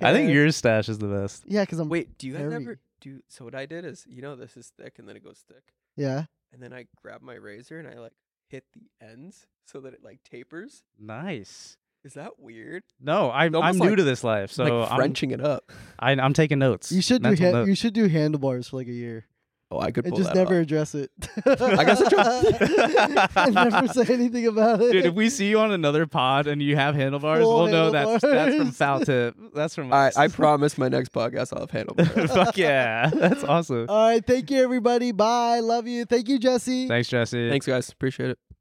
S1: I think
S3: hair.
S1: your stash is the best.
S3: Yeah, because I'm.
S2: Wait. Do you guys
S3: Hairy.
S2: ever do? So what I did is, you know, this is thick, and then it goes thick,
S3: Yeah.
S2: and then I grab my razor and I like hit the ends so that it like tapers.
S1: Nice.
S2: Is that weird?
S1: No, I'm
S2: Almost
S1: I'm new
S2: like-
S1: to this life, so
S2: like
S1: I'm
S2: Frenching it up.
S1: I, I'm taking notes.
S3: You should do
S1: Mental
S3: ha-
S1: notes.
S3: you should do handlebars for like a year
S2: Oh, I could
S3: and
S2: pull
S3: just
S2: that off.
S3: never address it.
S2: I guess I tried.
S3: and never say anything about it.
S1: Dude, if we see you on another pod and you have handlebars,
S3: Full
S1: we'll know that's that's from
S3: handlebars.
S1: foul tip. That's from
S2: I,
S1: us.
S2: I promise my next podcast I'll have handlebars.
S1: Fuck yeah. That's awesome.
S3: All right, thank you everybody. Bye. Love you. Thank you, Jesse.
S1: Thanks, Jesse.
S2: Thanks, guys. Appreciate it.